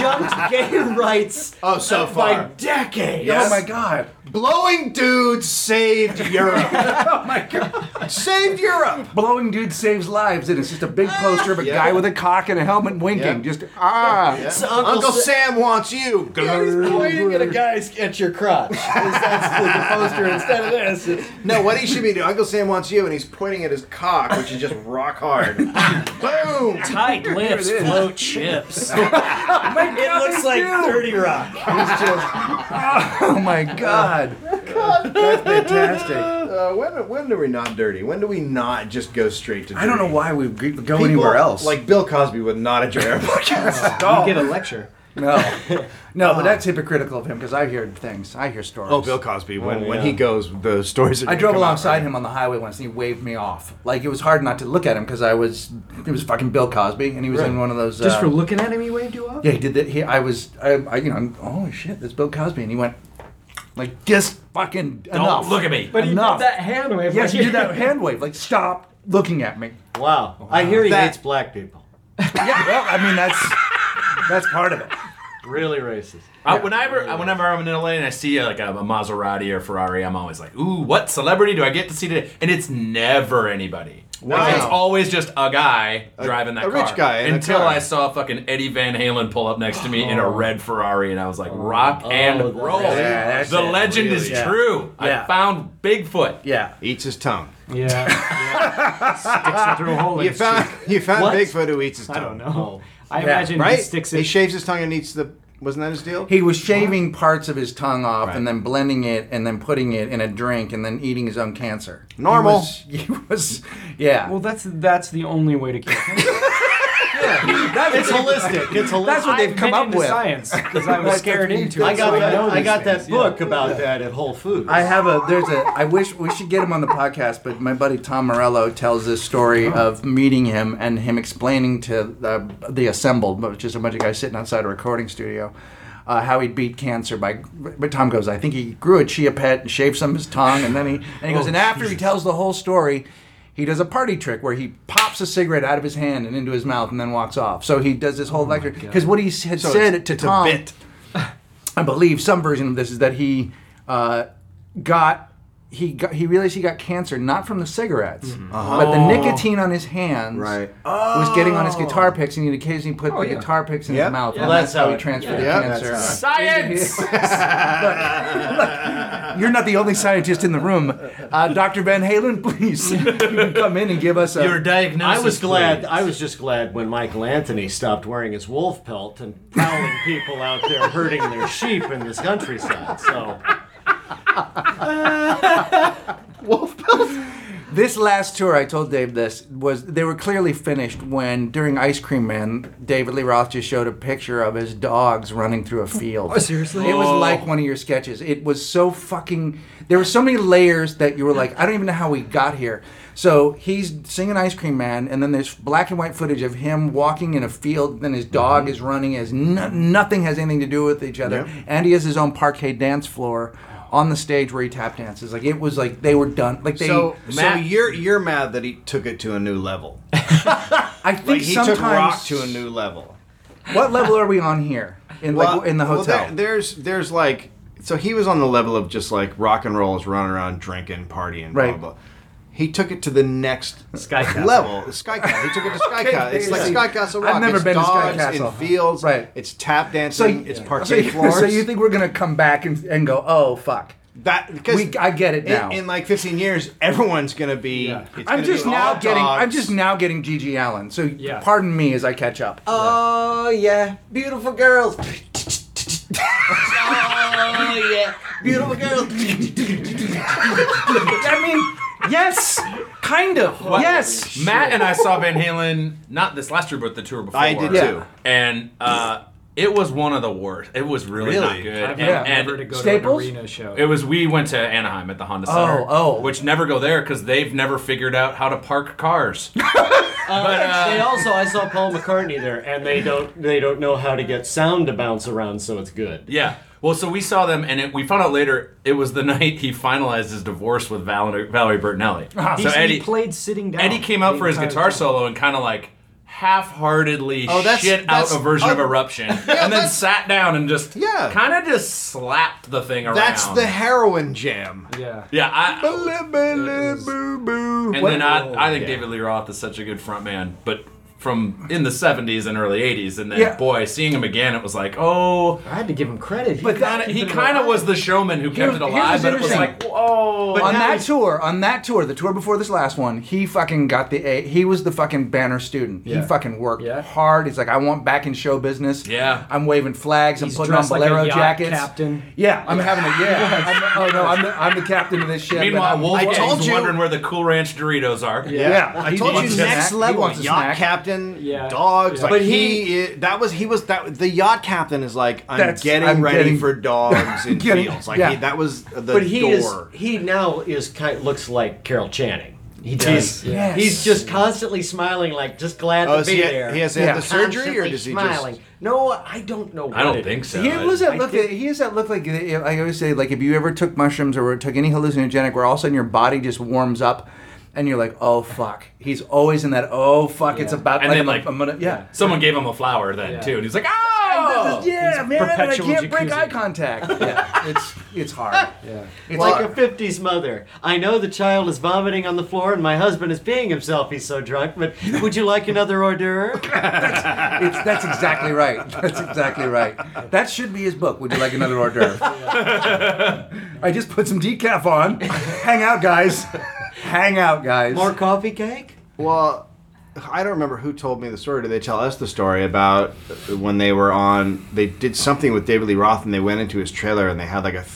jumped gay rights
Oh, so
by
far,
decades.
oh my god!
blowing dudes saved Europe.
Oh my god!
saved Europe.
Blowing dude saves lives, and it's just a big poster of a
Yeah.
guy with a cock and a helmet winking.
Yeah.
Just ah.
So
Uncle,
Uncle Sa-
Sam wants you.
pointing at a guy's at your crotch. That's the poster instead of this. It's-
No, what he should be doing, Uncle Sam wants you, and he's pointing at his cock, which is just rock hard. Boom!
Tight lips, float chips.
it looks like 30 Rock.
Oh my god! That's fantastic.
Uh, when, when do we not dirty? When do we not just go straight to dirty?
I don't know why we g- go
People
anywhere else.
Like Bill Cosby would not enjoy our podcast.
You get a lecture.
no, no, but that's hypocritical of him because I hear things. I hear stories.
oh, Bill Cosby, when, when
yeah.
he goes, the stories are
I
gonna
drove
come out,
alongside
right?
him on the highway once, and he waved me off. Like it was hard not to look at him because I was it was fucking Bill Cosby, and he was in one of those.
Just
uh,
for looking at him, he waved you off?
yeah, he did that. He, I was, I, I, you know, I'm, holy shit, that's Bill Cosby, and he went like just fucking
Don't
enough.
look at me.
But he
Enough.
did that hand wave.
Yes,
like-
he did that hand wave. Like stop looking at me.
Wow. I hear he
That-
hates black people.
Yeah, well, I mean that's that's part of it.
Really racist.
I, whenever I- whenever I'm in LA and I see uh, like a, a Maserati or Ferrari, I'm always like, "Ooh, what celebrity do I get to see today?" And it's never anybody. Like, it's always just a guy driving that
a
car.
rich guy in a
Until
car. Oh.
I saw fucking Eddie Van Halen pull up next to me in a red Ferrari, and I was like, "Rock and
that's-
roll."
Yeah, that's
the
it,
legend is
really.
true.
Yeah.
I found Bigfoot.
Yeah.
Eats his tongue.
Yeah. Sticks it through a hole. in
You
his
found,
cheek.
you found
What?
Bigfoot who eats his tongue.
I don't
Oh.
know. I
Yeah.
imagine
Right?
he sticks it.
He shaves his tongue and eats the. Wasn't that his deal?
He was shaving parts of his tongue off
Right.
and then blending it and then putting it in a drink and then eating his own cancer. He
Normal.
was- He was, yeah.
well, that's that's the only way to kill him.
it's holistic. It's holistic.
That's what they've
I've
come
been
up
into
with.
science because I was scared into it.
I got
so I,
that.
know
I
these
got that
things, yeah.
book about that at Whole Foods.
I have a there's a I wish we should get him on the podcast, but my buddy Tom Morello tells this story of meeting him and him explaining to the, the assembled, which is a bunch of guys sitting outside a recording studio, uh, how he beat cancer by. But Tom goes, I think he grew a chia pet and shaved some of his tongue, and then he and he goes, and after he tells the whole story. He does a party trick where he pops a cigarette out of his hand and into his mouth and then walks off. So he does this whole lecture because what he s- had said to Tom, I believe some version of this is that he uh, got he got he realized he got cancer not from the cigarettes, but the nicotine on his hands
Uh-huh. Oh. Right.
was getting on his guitar picks, and he'd occasionally put the
yeah.
guitar picks in
Yep.
his mouth,
Yeah.
and
Well,
that's,
that's
how
how
he
it-
transferred
yeah. Yeah,
the cancer.
that's-
Science!
You're not the only scientist in the room, uh, Doctor Van Halen. Please, you can come in and give us a.
Your diagnosis.
I was glad.
please.
I was just glad when Michael Anthony stopped wearing his wolf pelt and prowling people out there herding their sheep in this countryside. So
This last tour, I told Dave this was they were clearly finished when during Ice Cream Man, David Lee Roth just showed a picture of his dogs running through a field.
seriously?
it was like one of your sketches. It was so fucking. There were so many layers that you were like, I don't even know how we got here. So he's singing Ice Cream Man, and then there's black and white footage of him walking in a field. Then his dog is running. As no, nothing has anything to do with each other, and he has his own parquet dance floor. On the stage where he tap dances, like it was like they were done. Like they,
so, so
Matt-
you're you're mad that he took it to a new level.
I think
Like he
sometimes
took rock to a new level.
What level are we on here? In
Well,
like in the
well,
hotel.
there- there's there's like so he was on the level of just like rock and roll is running around drinking, partying, blah
Right.
blah. blah. He took it to the next
Sky Castle.
level. Sky Castle. He took it to Sky Castle. It's like
see.
Sky Castle
I've
Rock.
never
it's
been to Sky
dogs
Castle.
In fields.
Right.
It's tap
so,
dancing. It's parquet
so, you-
floors.
so you think we're gonna come back and, and go, oh fuck.
that because
We- I get it
in-
now.
In, like 15 years, everyone's gonna be. it's
I'm
gonna
just
be
now
all
getting I'm
dogs.
just now getting Gigi Allen. So
Yeah.
pardon me as I catch up.
Oh yeah, beautiful girls. oh yeah, beautiful girls.
I mean, yes, kind of.
But
Yes.
Matt and I saw Van Halen not this last year, but the tour before.
I did
Yeah.
too.
And uh, it was one of the worst. It was really, not
Really?
good.
I've
And-
never
and
to go
Staples?
to an arena show.
It was we went to Anaheim at the Honda Center.
oh.
which never go there because they've never figured out how to park cars.
but, uh, they also, I saw Paul McCartney there, and they don't they don't know how to get sound to bounce around, so it's good.
yeah. Well, so we saw them, and it, we found out later it was the night he finalized his divorce with Valerie, Valerie Bertinelli.
He-
so
he
Eddie,
played sitting down.
Eddie came out
the
for his
entire
guitar
time.
solo and kind of like half-heartedly
Oh, that's-
shit
that's-
out a version of
oh,
Eruption, and then
that's-
sat down and just
Yeah.
kind of just slapped the thing around.
That's the heroin jam.
Yeah.
yeah. I,
Boo boo.
and then I, I think David Lee Roth is such a good frontman, but from in the '70s and early '80s, and then
Yeah.
boy, seeing him again, it was like, oh,
I had to give him credit.
But that-
kinda- he kind of was the showman who kept
Here's-
it
here's
alive, but it was
interesting.
like, whoa.
on
now
that
he's-
tour, on that tour, the tour before this last one, he fucking got the A. He was the fucking banner student.
Yeah.
He fucking worked
Yeah.
hard. He's like, I want back in show business.
Yeah.
I'm waving flags.
He's
I'm putting on
dressed like a
bolero
yacht
jackets.
captain.
Yeah, I'm having a yeah. I'm, oh no, I'm the, I'm the captain of this ship. and
Meanwhile,
I'm-
Wolf
I told
is
you-
wondering where the Cool Ranch Doritos are.
yeah,
I
he
told you
wants
next
a snack. He
level
wants a
yacht
snack.
captain,
Yeah.
dogs.
Yeah.
Like
But
he, i- that was he was that the yacht captain is like I'm
That's-
getting
I'm
ready
getting-
for dogs and
Getting-
fields. Like
yeah.
he, that was the
But he
door.
is he now is kind looks like Carol Channing. He
does.
does.
Yes.
He's just constantly smiling, like just glad
oh,
to
is
be
he,
there.
he has
Yeah.
had the surgery or
Constantly
does he
smiling.
just?
No, I don't know. What
I don't
it
think
is.
so.
He
I-
was that
I
look.
did-
That, he has that look like I always say. Like if you ever took mushrooms or took any hallucinogenic, where all of a sudden your body just warms up, and you're like, oh fuck. He's always in that. Oh fuck. It's
Yeah.
about
And
like,
then,
I'm-
like-
I'm gonna yeah.
Someone gave him a flower then
Yeah.
too, and he's like, "Oh,
yeah, man, and I
perpetual
can't break
jacuzzi.
eye contact. Yeah, it's it's hard.
Yeah.
It's
like a 50s mother. I know the child is vomiting on the floor and my husband is peeing himself. He's so drunk, but would you like another hors d'oeuvre?
It's, that's exactly right. That's exactly right. That should be his book. Would you like another hors d'oeuvre? I just put some decaf on. Hang out, guys. Hang out, guys.
More coffee cake?
Well, I don't remember who told me the story. Did they tell us the story about when they were on? They did something with David Lee Roth, and they went into his trailer, and they had like a. th-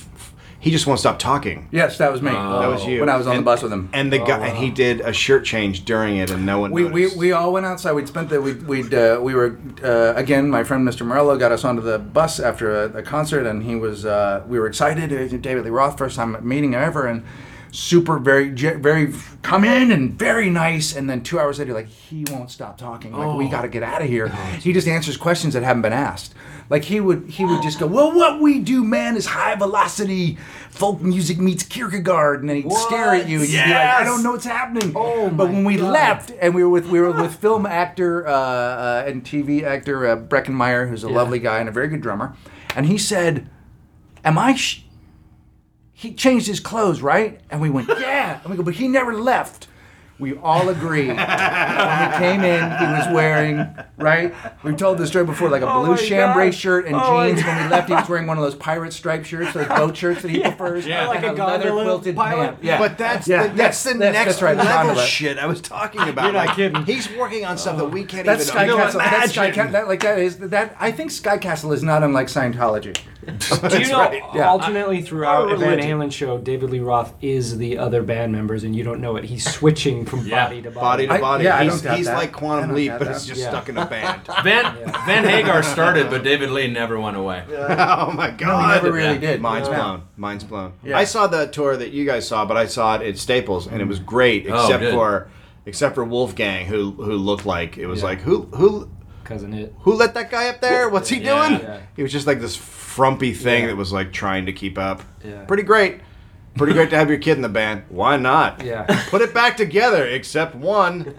He just won't stop talking.
Yes, that was me.
That was you.
Oh. When I was on
And-
the bus with him.
And the guy, and he did a shirt change during it, and no one
we, we,
noticed.
we all went outside. We'd spent the we we'd uh, we were uh, again. My friend Mr. Morello got us onto the bus after a, a concert, and he was uh, we were excited. It was David Lee Roth, first time meeting him ever, and super very ge- very come in and very nice. And then two hours later, like he won't stop talking. Like
Oh.
we got to get out of here. He just answers questions that haven't been asked. Like he would he would just go, well, what we do, man, is high velocity folk music meets Kierkegaard, and then he'd stare at you and you'd be like, I
Yes!
don't know what's happening.
Oh
but
my
when we
God.
left and we were with we were with film actor uh, uh, and TV actor uh, Breckenmeyer, who's a lovely guy and a very good drummer, and he said, "Am I?" Sh-? He changed his clothes, right? And we went, "Yeah." And we go, "But he never left." We all agreed. when he came in, he was wearing right. We told the story before, like a blue
Oh my
chambray
God.
shirt and
Oh my
jeans. When we left, he was wearing one of those pirate stripe shirts, those boat shirts that he prefers,
Yeah. Like
a
and a leather
gondola
quilted
pilot?
pant. Yeah,
But that's
Yeah.
the, that's the
Yes, that's-
next
that's right,
level
Gondola.
shit I was talking about.
not
Like,
kidding.
He's working on stuff that we can't
That's
even
Sky Castle. That's Sky
imagine.
Ca- that, like that is that. I think Sky Castle is not unlike Scientology.
Do you know
Yeah.
alternately throughout
Our
a Van
religion.
Halen show, David Lee Roth is the other band members, and you don't know it. He's switching from
Yeah.
body to
body
body.
to
I-
body.
yeah, I
he's
don't doubt
he's
that.
like
I
Quantum
don't
Leap,
doubt
but
that.
he's just
Yeah.
stuck in a band.
Van, Van Hagar started, but David Lee never went away.
oh my
He
god.
never really did.
Mine's
Yeah.
blown. Mine's blown.
Yeah.
I saw the tour that you guys saw, but I saw it at Staples, and it was great,
Oh,
except
good.
for except for Wolfgang, who who looked like it was like who who
Cousin it.
who let that guy up there? What's he
Yeah.
doing?
Yeah.
He was just like this frumpy thing
Yeah.
that was like trying to keep up.
Yeah.
Pretty great. Pretty great to have your kid in the band. Why not?
Yeah.
Put it back together, except one.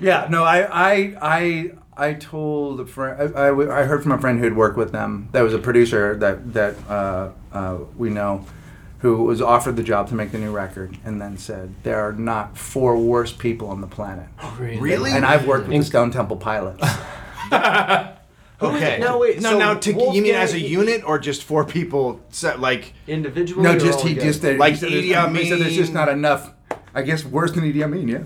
Yeah, no, I, I, I, I told a friend. I, I, I heard from a friend who'd worked with them. That was a producer that that uh, uh, we know, who was offered the job to make the new record, and then said there are not four worse people on the planet.
Really?
And I've worked with the Stone Temple Pilots.
okay.
No, wait,
No,
so
now to, you mean
Wolfgang-
as a unit or just four people? Set, like
Individually,
No,
or
just
all
he
together?
just that-
Like
he said
Idi
there's- He said there's just
Amin.
not enough. I guess worse than Idi Amin, yeah.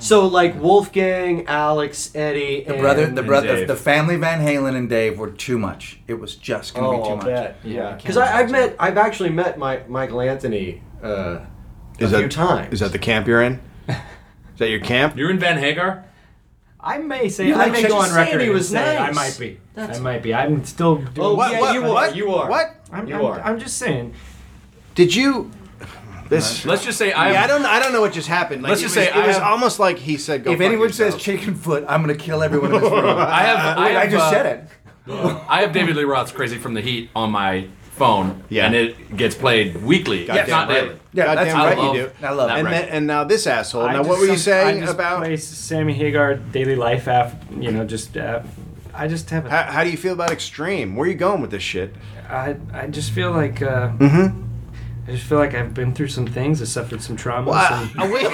So like Wolfgang, Alex, Eddie,
The brother,
and-
the brother,
Dave.
the family Van Halen and Dave were too much. It was just gonna be too much.
Oh, Yeah, because I've met, I've actually met my Michael Anthony uh, a few times.
Is that the camp you're in? Is that your camp?
You're in Van Hagar?
I may say
You
I
like
may
to
go on
say
record.
he
and
was
say I
nice.
might be.
That's-
I might be. I'm still doing.
Oh,
What?
yeah,
what?
you
what?
are. You are.
What?
I'm,
you
I'm,
are.
I'm just saying.
Did you? This.
Let's just say
I,
I.
I don't. I don't know what just happened. Like,
Let's
it
just
was-
say
it
I
was
have-
almost like he said. Go
If
fuck
anyone says
yourself.
chicken foot, I'm gonna kill everyone in this room.
I have. I,
Wait,
have,
I just
uh,
said it.
I have David Lee Roth's "Crazy from the Heat" on my phone,
Yeah.
and it gets played weekly, if
Goddamn
not
right.
daily.
Yeah,
Goddamn
that's-
right
I love
you do.
I love
that
it.
And
record.
then, and now this asshole.
I
now
just
what were you
some- I
saying
just
about?
Play Sammy Hagar daily life app. You know, just uh, I just have a
How, how do you feel about extreme? Where are you going with this shit?
I I just feel like uh,
Mm-hmm.
I just feel like I've been through some things. I suffered some traumas.
Well,
and-
I- I wish- Uh,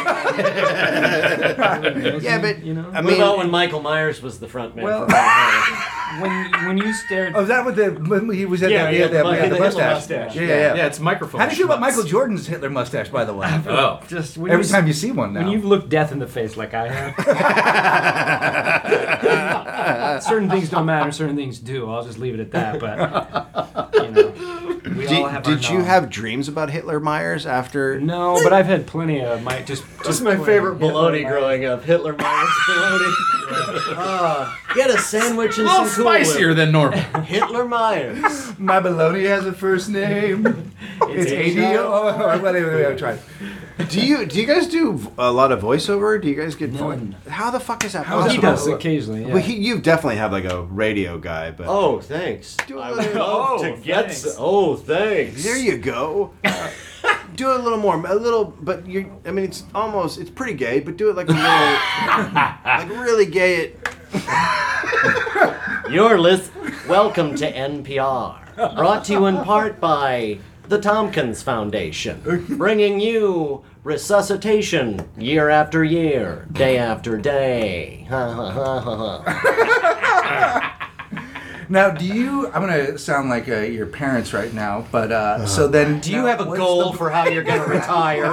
yeah, but um,
You know?
I
What
mean,
about when Michael Myers was the front man?
Well-
for Van Halen?
when when you stared,
Oh, is that what the when he was at
Yeah,
that,
yeah,
yeah, that,
the-
yeah, the
the Hitler
mustache.
mustache.
Yeah, yeah,
Yeah,
yeah.
it's microphone.
How did you feel about
schmutz.
Michael Jordan's Hitler mustache, by the way?
Oh,
just when
Every
you,
time you see one now.
when you've looked death in the face like I have, certain things don't matter. Certain things do. I'll just leave it at that. But you know, we all
did,
have.
did
our
you
knowledge.
have dreams about Hitler Myers after?
No, but I've had plenty of my just.
This
just
is my
plenty.
favorite
Yeah,
bologna
my-
growing up. Hitler Myers bologna. Uh, get a sandwich
a
and
little
some Cool Whip.
spicier than normal.
Hitler Myers.
My baloney has a first name. it's AD. Oh, well, wait, wait, wait, I'm trying.
Do you do you guys do v- a lot of voiceover? Do you guys get vo-
None.
How the fuck is that?
is
He
possible?
does occasionally. Yeah.
Well, he, you definitely have like a radio guy, but
Oh, thanks.
Do a
I would
little-
love
Oh,
to get.
thanks.
s- oh, thanks.
there you go. do it a little more, a little, but you. I mean, it's almost, it's pretty gay, but do it like a little, like really gay. It,
You're list. Welcome to NPR. Brought to you in part by the Tompkins Foundation, bringing you resuscitation year after year, day after day. Ha, ha, ha, ha, ha.
Now, do you? I'm gonna sound like uh, your parents right now, but uh, so then,
Do you have a goal for how you're going to retire?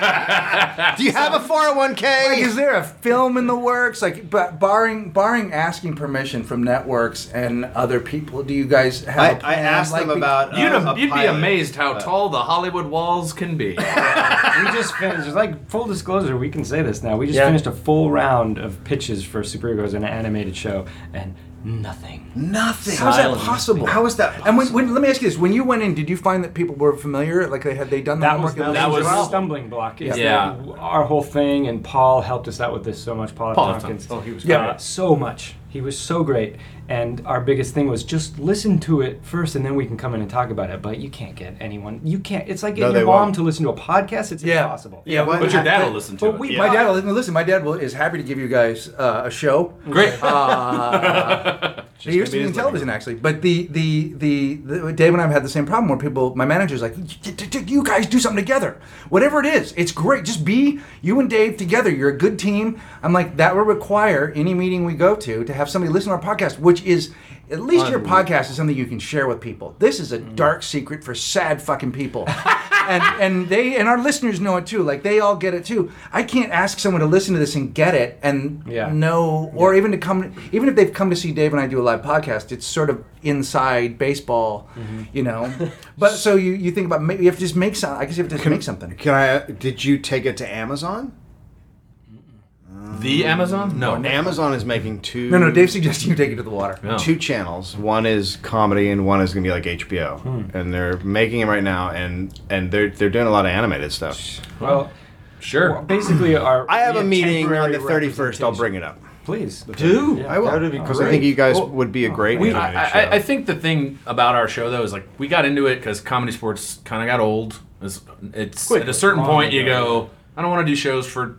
Do you have a 401k?
Like, is there a film in the works? Like, but barring barring asking permission from networks and other people, do you guys have? a
I, I
plan?
asked
Like,
them
be-
about. uh,
You'd,
a
you'd be
pilot. Uh,
amazed how tall the Hollywood walls can be.
we just finished. Like full disclosure, we can say this now. We just
Yeah.
finished a full round of pitches for superheroes in an animated show, and nothing.
nothing. How is that
Silence.
possible?
How is that?
And when, when let me ask you this: When you went in, did you find that people were familiar? Like, they had they done the
That was
homework?
that,
That
was,
was-
a stumbling block. It's
Yeah.
that our whole thing, and Paul helped us out with this so much. Paul,
Paul
Tompkins.
Tompkins.
Oh, he was
great.
so much. He was so great. And our biggest thing was just listen to it first, and then we can come in and talk about it. But you can't get anyone. You can't. It's like getting
they
your mom
won't.
to listen to a podcast. It's
Yeah.
impossible.
Yeah,
But
But your dad will listen to
But
it.
we-
yeah.
My dad, will- listen, my dad will, is happy to give you guys uh, a show.
Great.
Uh, he used to be in television actually, but the the the, the Dave and I've had the same problem where people, my manager's like, "D- d- d- you guys do something together, whatever it is, it's great. Just be you and Dave together. You're a good team. I'm like that will require any meeting we go to to have somebody listen to our podcast, which is at least your podcast is something you can share with people. This is a dark secret for sad fucking people. and and they and our listeners know it too. Like they all get it too. I can't ask someone to listen to this and get it and
Yeah.
know, or even to come, even if they've come to see Dave and I do a live podcast. It's sort of inside baseball, you know. but so you you think about ma- you have to just make some. I guess you have to just make something.
Can I? uh, Did you take it to Amazon?
the Amazon? No.
Amazon is making two.
No, no. Dave Oh. suggested you take it to the water.
No.
Two channels. One is comedy, and one is going to be like HBO.
Hmm.
And they're making them right now, and and they're they're doing a lot of animated stuff.
Well, well,
Sure.
basically, our
I have
yeah,
a meeting on
temporary
the thirty first. I'll
representation.
bring it up.
Please.
Do.
Yeah.
I will. That would be
Because I think you guys would be a great.
We,
animated
I,
show.
I, I think the thing about our show though is like we got into it because comedy sports kind of got old. It's, it's at a certain
Long
point you
ago.
go, I don't want to do shows for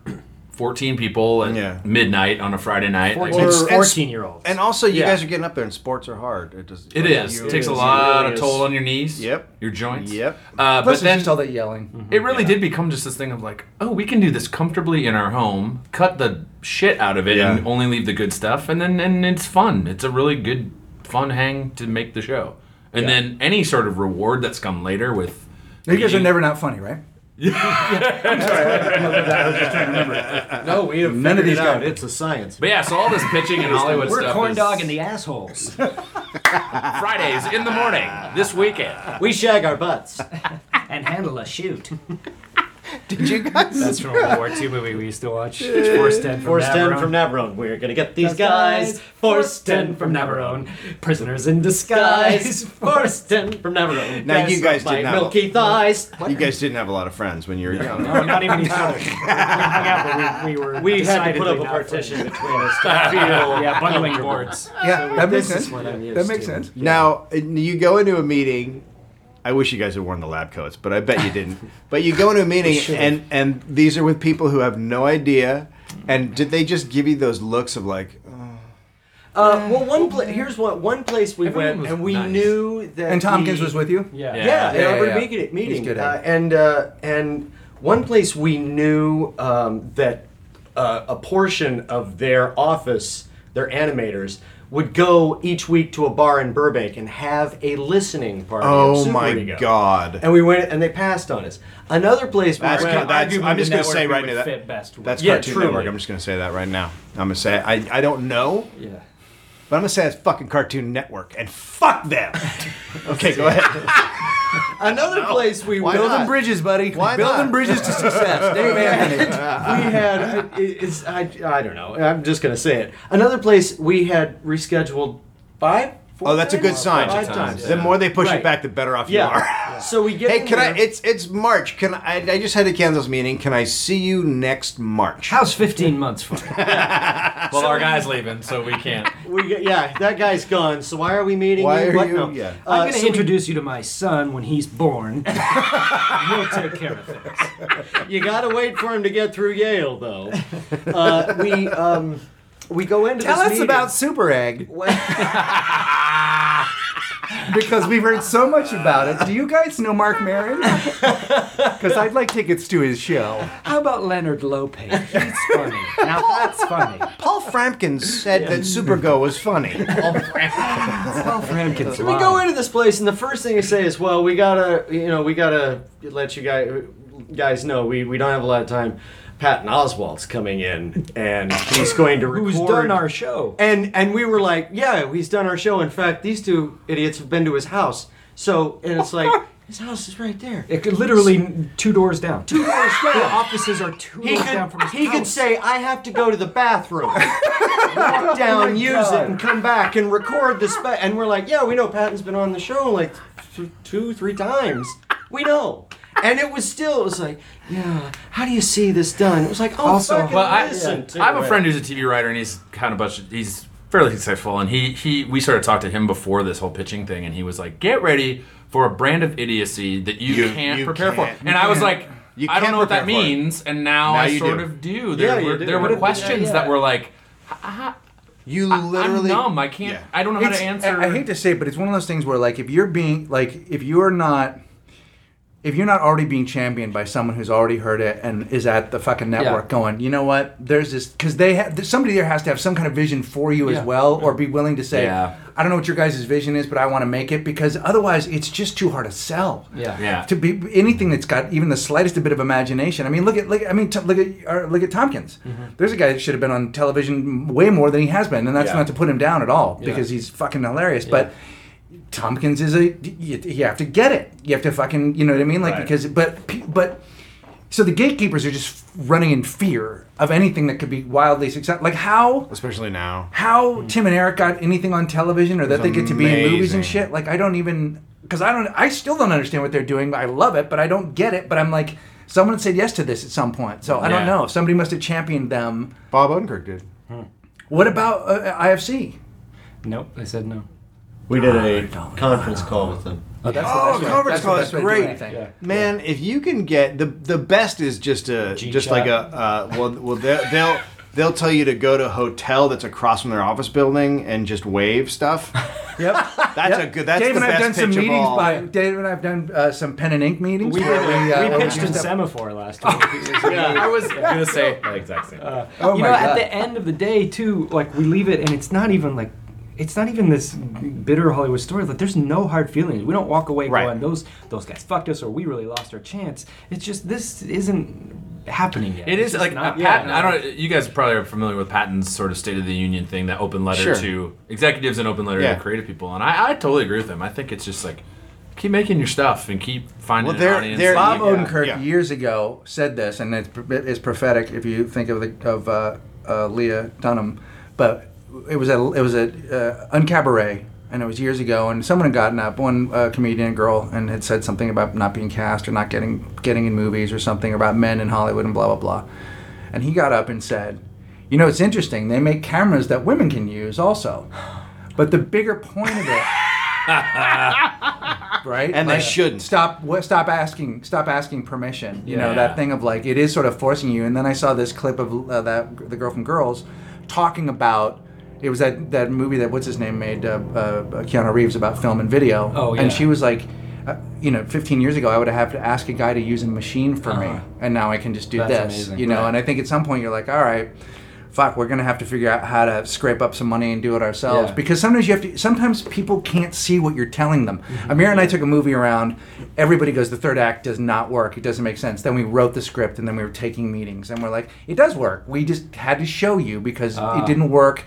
14 people at
Yeah.
midnight on a Friday night. Like,
Or
it's-
and-
14 year olds.
And also, you
Yeah.
guys are getting up there, and sports are hard. It does.
it is. It takes a
is.
lot
It
of
is.
toll on your knees.
Yep.
Your joints.
Yep.
Uh,
Plus,
but
there's
then Mm-hmm.
just all that yelling.
it really did become just this thing of like, oh, we can do this comfortably in our home, cut the shit out of it,
Yeah.
and only leave the good stuff, and then and it's fun. It's a really good fun hang to make the show, and then any sort of reward that's come later with.
You guys are
being-
never not funny, right?
No, we have
None of
figured
these
it out.
guys-
It's a science.
But yeah, so all this pitching and Hollywood
We're
stuff.
corn
is
dog and the assholes.
Fridays in the morning this weekend.
We shag our butts.
and handle a shoot.
Did you guys?
That's from a World War II movie we used to watch. Forced ten from
Force 10
Navarone.
from Navarone. We're going to get these guys. Force 10 from Navarone.
Prisoners in
Guys.
disguise.
Force 10 from Navarone.
Now, you
Pressed
guys
by
did not-
Milky thighs.
You guys didn't have a lot of friends when you were young.
No, not even each other. We hung out, but we, we were.
We had to put
decidedly
up a
not
partition
friends.
between us to feel.
Yeah, bundling boards.
Yeah, that makes
this is
sense.
what I'm
That
used
makes
to.
sense.
Now you go into a meeting. I wish you guys had worn the lab coats, but I bet you didn't. but you go into a meeting, and and these are with people who have no idea. And did they just give you those looks of like,
Uh, well, one pla- here's what one place we
Everyone
went,
was
and we
nice.
knew that.
And Tompkins
we-
was with you.
Yeah.
Yeah,
Yeah, yeah,
yeah,
every
yeah.
meeting.
He's good
meeting.
at
Uh, and uh, and one place we knew um, that uh, a portion of their office, their animators, would go each week to a bar in Burbank and have a listening party. of
oh
Super
my
Ego.
god?
And we went, and they passed on us. Another place we
That's,
went.
well,
that's,
arguably
I'm just
the
gonna say
network
right
would
now that,
fit best.
that's
Yeah,
Cartoon
truly.
Network. I'm just gonna say that right now. I'm gonna say I I don't know,
Yeah.
but I'm gonna say it's fucking Cartoon Network and fuck them. okay, go ahead.
Another place we
Why
went.
not?
Building bridges, buddy.
Why
Building
not?
bridges to success. Dave Anthony.
we had it- it's, I, I don't know i'm just going to say it another place we had rescheduled five four
Oh, that's a
times?
good sign.
five
Five
times
times,
The more they push
Right.
it back, the better off
yeah,
you are.
so we get
Hey,
in
can I?
there.
It's it's March. Can I? I just had a Kansas meeting. Can I see you next March?
How's 15 months for? it?
Well, our guy's leaving, so we can't.
we get, yeah that guy's gone so why are we meeting
Why
you?
are
What?
you-
No.
yeah.
Uh,
I'm going to
so we-
introduce you to my son when he's born. He'll take care of things.
you gotta wait for him to get through yale though uh, we um we go into
Tell
this
us
meeting.
about Super Egg.
Well-
because we've heard so much about it. Do you guys know Mark Maron? Because I'd like tickets to his show.
How about Leonard Lopez? He's funny. Now that's funny.
Paul Frampkin said that Supergo was funny.
Paul Frampkin's
So we go into this place, and the first thing they say is, "Well, we gotta, you know, we gotta let you guys guys know we, we don't have a lot of time." Patton Oswalt's coming in, and he's going to record.
Who's done our show?
And and we were like, "Yeah, he's done our show." In fact, these two idiots have been to his house. So and it's like his house is right there.
It could literally two doors down. Two doors down. The offices are two
He
doors down
could,
from his
he
house.
could say, I have to go to the bathroom. Walk
Oh
down, use it, and come back and record the spec. And we're like, yeah, we know Patton's been on the show like th- two, three times. We know. And it was still, it was like, yeah, how do you see this done? It was like, oh,
Also,
fucking
Well, I,
listen to
I have a
it.
friend who's a TV writer, and he's kind of bunch. He's fairly successful, and he he we sort of talked to him before this whole pitching thing, and he was like, "Get ready for a brand of idiocy that you,
You-
can't
you
prepare
can't.
for." And I was like,
You
"I don't
can't
know what that
prepare for it.
means," and now,
Now
I
you
sort
do.
of do. There
Yeah, you
were
do.
there
What
were
did-
questions
yeah,
that
yeah.
were like,
You
"I'm
literally.
numb. I can't.
Yeah.
I don't know how to
It's-
answer."
I, I hate to say it, but it's one of those things where like if you're being like if you're not if you're not already being championed by someone who's already heard it and is at the fucking network going, you know what? There's this because they have there's somebody there has to have some kind of vision for you
Yeah.
as well, or be willing to say,
Yeah.
I don't know what your guys' vision is, but I want to make it because otherwise it's just too hard to sell.
Yeah.
Yeah.
To be anything that's got even the slightest bit of imagination. I mean, look at look. I mean, t- look at or look at Tompkins.
Mm-hmm.
There's a guy that should have been on television way more than he has been, and that's
Yeah.
not to put him down at all because he's fucking hilarious. But Tompkins is a you, you have to get it. You have to fucking you know what I mean? Like
Right.
because but pe- but so the gatekeepers are just running in fear of anything that could be wildly successful. Like how
Especially now.
how Tim and Eric got anything on television or that they get to be in movies
amazing.
and shit. Like I don't even because I don't I still don't understand what they're doing. I love it, but I don't get it. But I'm like someone said yes to this at some point, so I don't
Yeah.
know. Somebody must have championed them.
Bob Odenkirk did.
What about uh, IFC?
Nope, they said no.
We did a conference call with them.
Oh, that's
Oh, conference call is great.
Yeah.
Man, if you can get the the best is just a just
shot.
like a uh, well well they'll, they'll they'll tell you to go to a hotel that's across from their office building and just wave stuff.
Yep.
That's a
Yep.
good. That's
Dave
the
and I've
best
done some
pitch of
meetings
all.
by Dave and I've done uh, some pen and ink meetings.
We, did,
where
we,
uh,
pitched in
used to-
semaphore last week.
I was gonna say the exact same.
Oh
you
my
know, at
God.
the end of the day, too, like we leave it, and it's not even like, it's not even this bitter Hollywood story. Like, there's no hard feelings. We don't walk away
Right.
going, "Those those guys fucked us," or "We really lost our chance." It's just this isn't happening yet.
It
It's
is
just
like
not-
a Patton. I don't. You guys probably are familiar with Patton's sort of State of the Union thing, that open letter
Sure.
to executives and open letter
Yeah.
to creative people, and I, I totally agree with him. I think it's just like keep making your stuff and keep finding
Well,
an
they're-
audience.
they're-
Bob
that you-
Odenkirk
Yeah.
years ago said this, and it's, it is prophetic if you think of the, of uh, uh, Leah Dunham. But it was a it was a uh, uncabaret, and it was years ago. And someone had gotten up, one uh, comedian girl, and had said something about not being cast or not getting getting in movies or something about men in Hollywood and blah blah blah. And he got up and said, "You know, it's interesting. They make cameras that women can use also, but the bigger point of it." right?
And they
Like,
shouldn't.
stop. wh- Stop asking. Stop asking permission. You know
Yeah.
that thing of like it is sort of forcing you. And then I saw this clip of uh, that the girl from Girls talking about. It was that, that movie that what's his name made uh, uh, Keanu Reeves about film and video.
Oh, yeah.
And she was like, uh, you know, 15 years ago I would have to ask a guy to use a machine for me, and now I can just do
Uh-huh. That's
this.
amazing.
You know, and I think at some point you're like, all right, fuck, we're gonna have to figure out how to scrape up some money and do it ourselves
Yeah.
because sometimes you have to. Sometimes people can't see what you're telling them.
Mm-hmm.
Amir and I took a movie around. Everybody goes, the third act does not work. It doesn't make sense. Then we wrote the script, and then we were taking meetings, and we're like, it does work. We just had to show you because
Ah.
it didn't work.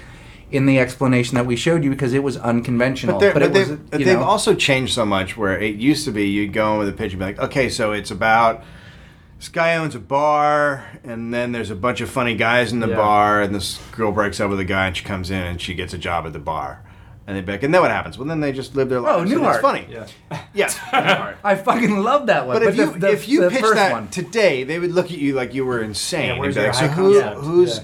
In the explanation that we showed you, because it was unconventional,
But, they're-
but,
but
it
they've,
was,
but
you
they've
know,
also changed so much where it used to be you'd go in with a pitch and be like, okay, so it's about this guy owns a bar, and then there's a bunch of funny guys in the
Yeah.
bar, and this girl breaks up with a guy, and she comes in and she gets a job at the bar. And they be like, and then what happens? Well, then they just live their life.
Oh, Newhart.
It's funny.
Yeah.
yeah.
I fucking love that one.
But, if
the-
you
the-
if you
the
pitched
first
that
one-
today, they would look at you like you were insane.
Yeah, where's
They'd be
your
like, so
high
who,
concept?
who's
Yeah.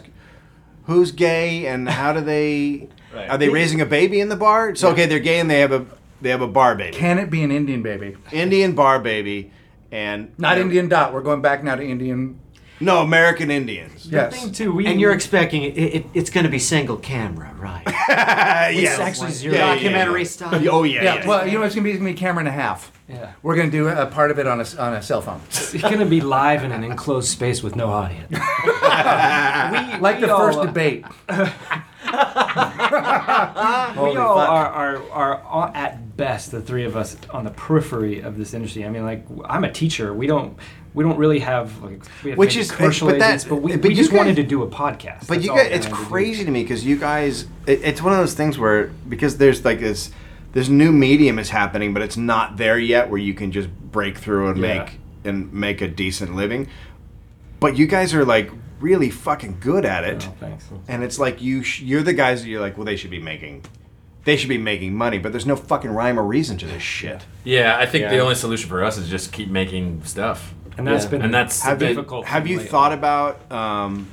who's gay and how do they are they raising a baby in the bar? So okay, they're gay and they have a they have a bar baby,
can it be an Indian baby?
Indian bar baby, and
Not Indian dot. We're going back now to Indian
No, American Indians.
Yes.
too. We,
And you're expecting it, it, it's going to be single camera, right?
it's
actually zero.
Yeah, yeah,
Documentary
yeah.
style.
Oh yeah.
Yeah,
yeah.
well, you know, it's going to be, it's gonna be camera and a half.
Yeah.
We're going to do a part of it on a, s- on a cell phone.
It's gonna be live in an enclosed space with no audience. we,
Like
we
the first
all,
debate.
we all are, are, are all at best the three of us on the periphery of this industry. I mean, like I'm a teacher. We don't we don't really have like we have
Which
maybe
is-
commercial
but that-
agents, but we,
but
we
you
just
guys-
wanted to do a podcast.
But
That's
you
all
guys,
we
it's
wanted to do.
crazy to me because you guys, it, it's one of those things where because there's like this, this new medium is happening, but it's not there yet where you can just break through and
Yeah.
make and make a decent living. But you guys are like really fucking good at it,
Oh, thanks.
and it's like you sh- you're the guys that you're like, well, they should be making, they should be making money, but there's no fucking rhyme or reason to this shit.
Yeah, I think the
Yeah.
only solution for us is just keep making stuff.
And that's
Yeah.
been
And that's-
so
Have you-
difficult.
Have you
lately.
thought about um,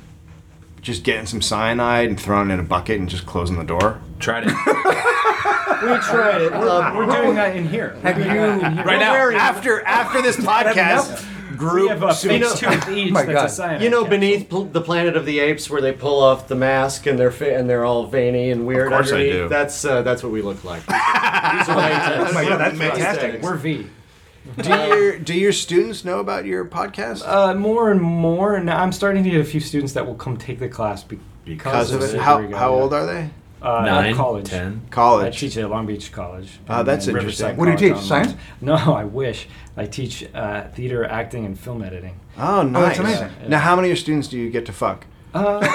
just getting some cyanide and throwing it in a bucket and just closing the door?
Tried it.
We tried it. Um, We're, we're doing that in here. We're
Have
doing
you-
that in here.
Right now,
after after this podcast
we
group
have a
suicide-
face tooth each.
my
that's
God.
a cyanide
You know,
capsule.
beneath pl- the Planet of the Apes, where they pull off the mask and they're fa- and they're all veiny and weird.
course I
underneath?
do.
That's uh, that's what we look like. These are my
Oh my God, that's
my
fantastic.
we're V.
do your do your students know about your podcast
Uh, more and more, and I'm starting to get a few students that will come take the class be-
because of it? How how old are they?
uh,
Nine,
at college?
ten.
I
College.
teach at Long Beach College.
Ah,
and
that's
then
interesting.
Riverside
What do you
College
teach,
online.
science?
No, I wish. I teach uh, theater, acting, and film editing.
Oh, nice.
amazing.
Now, how many of your students do you get to fuck?
Depends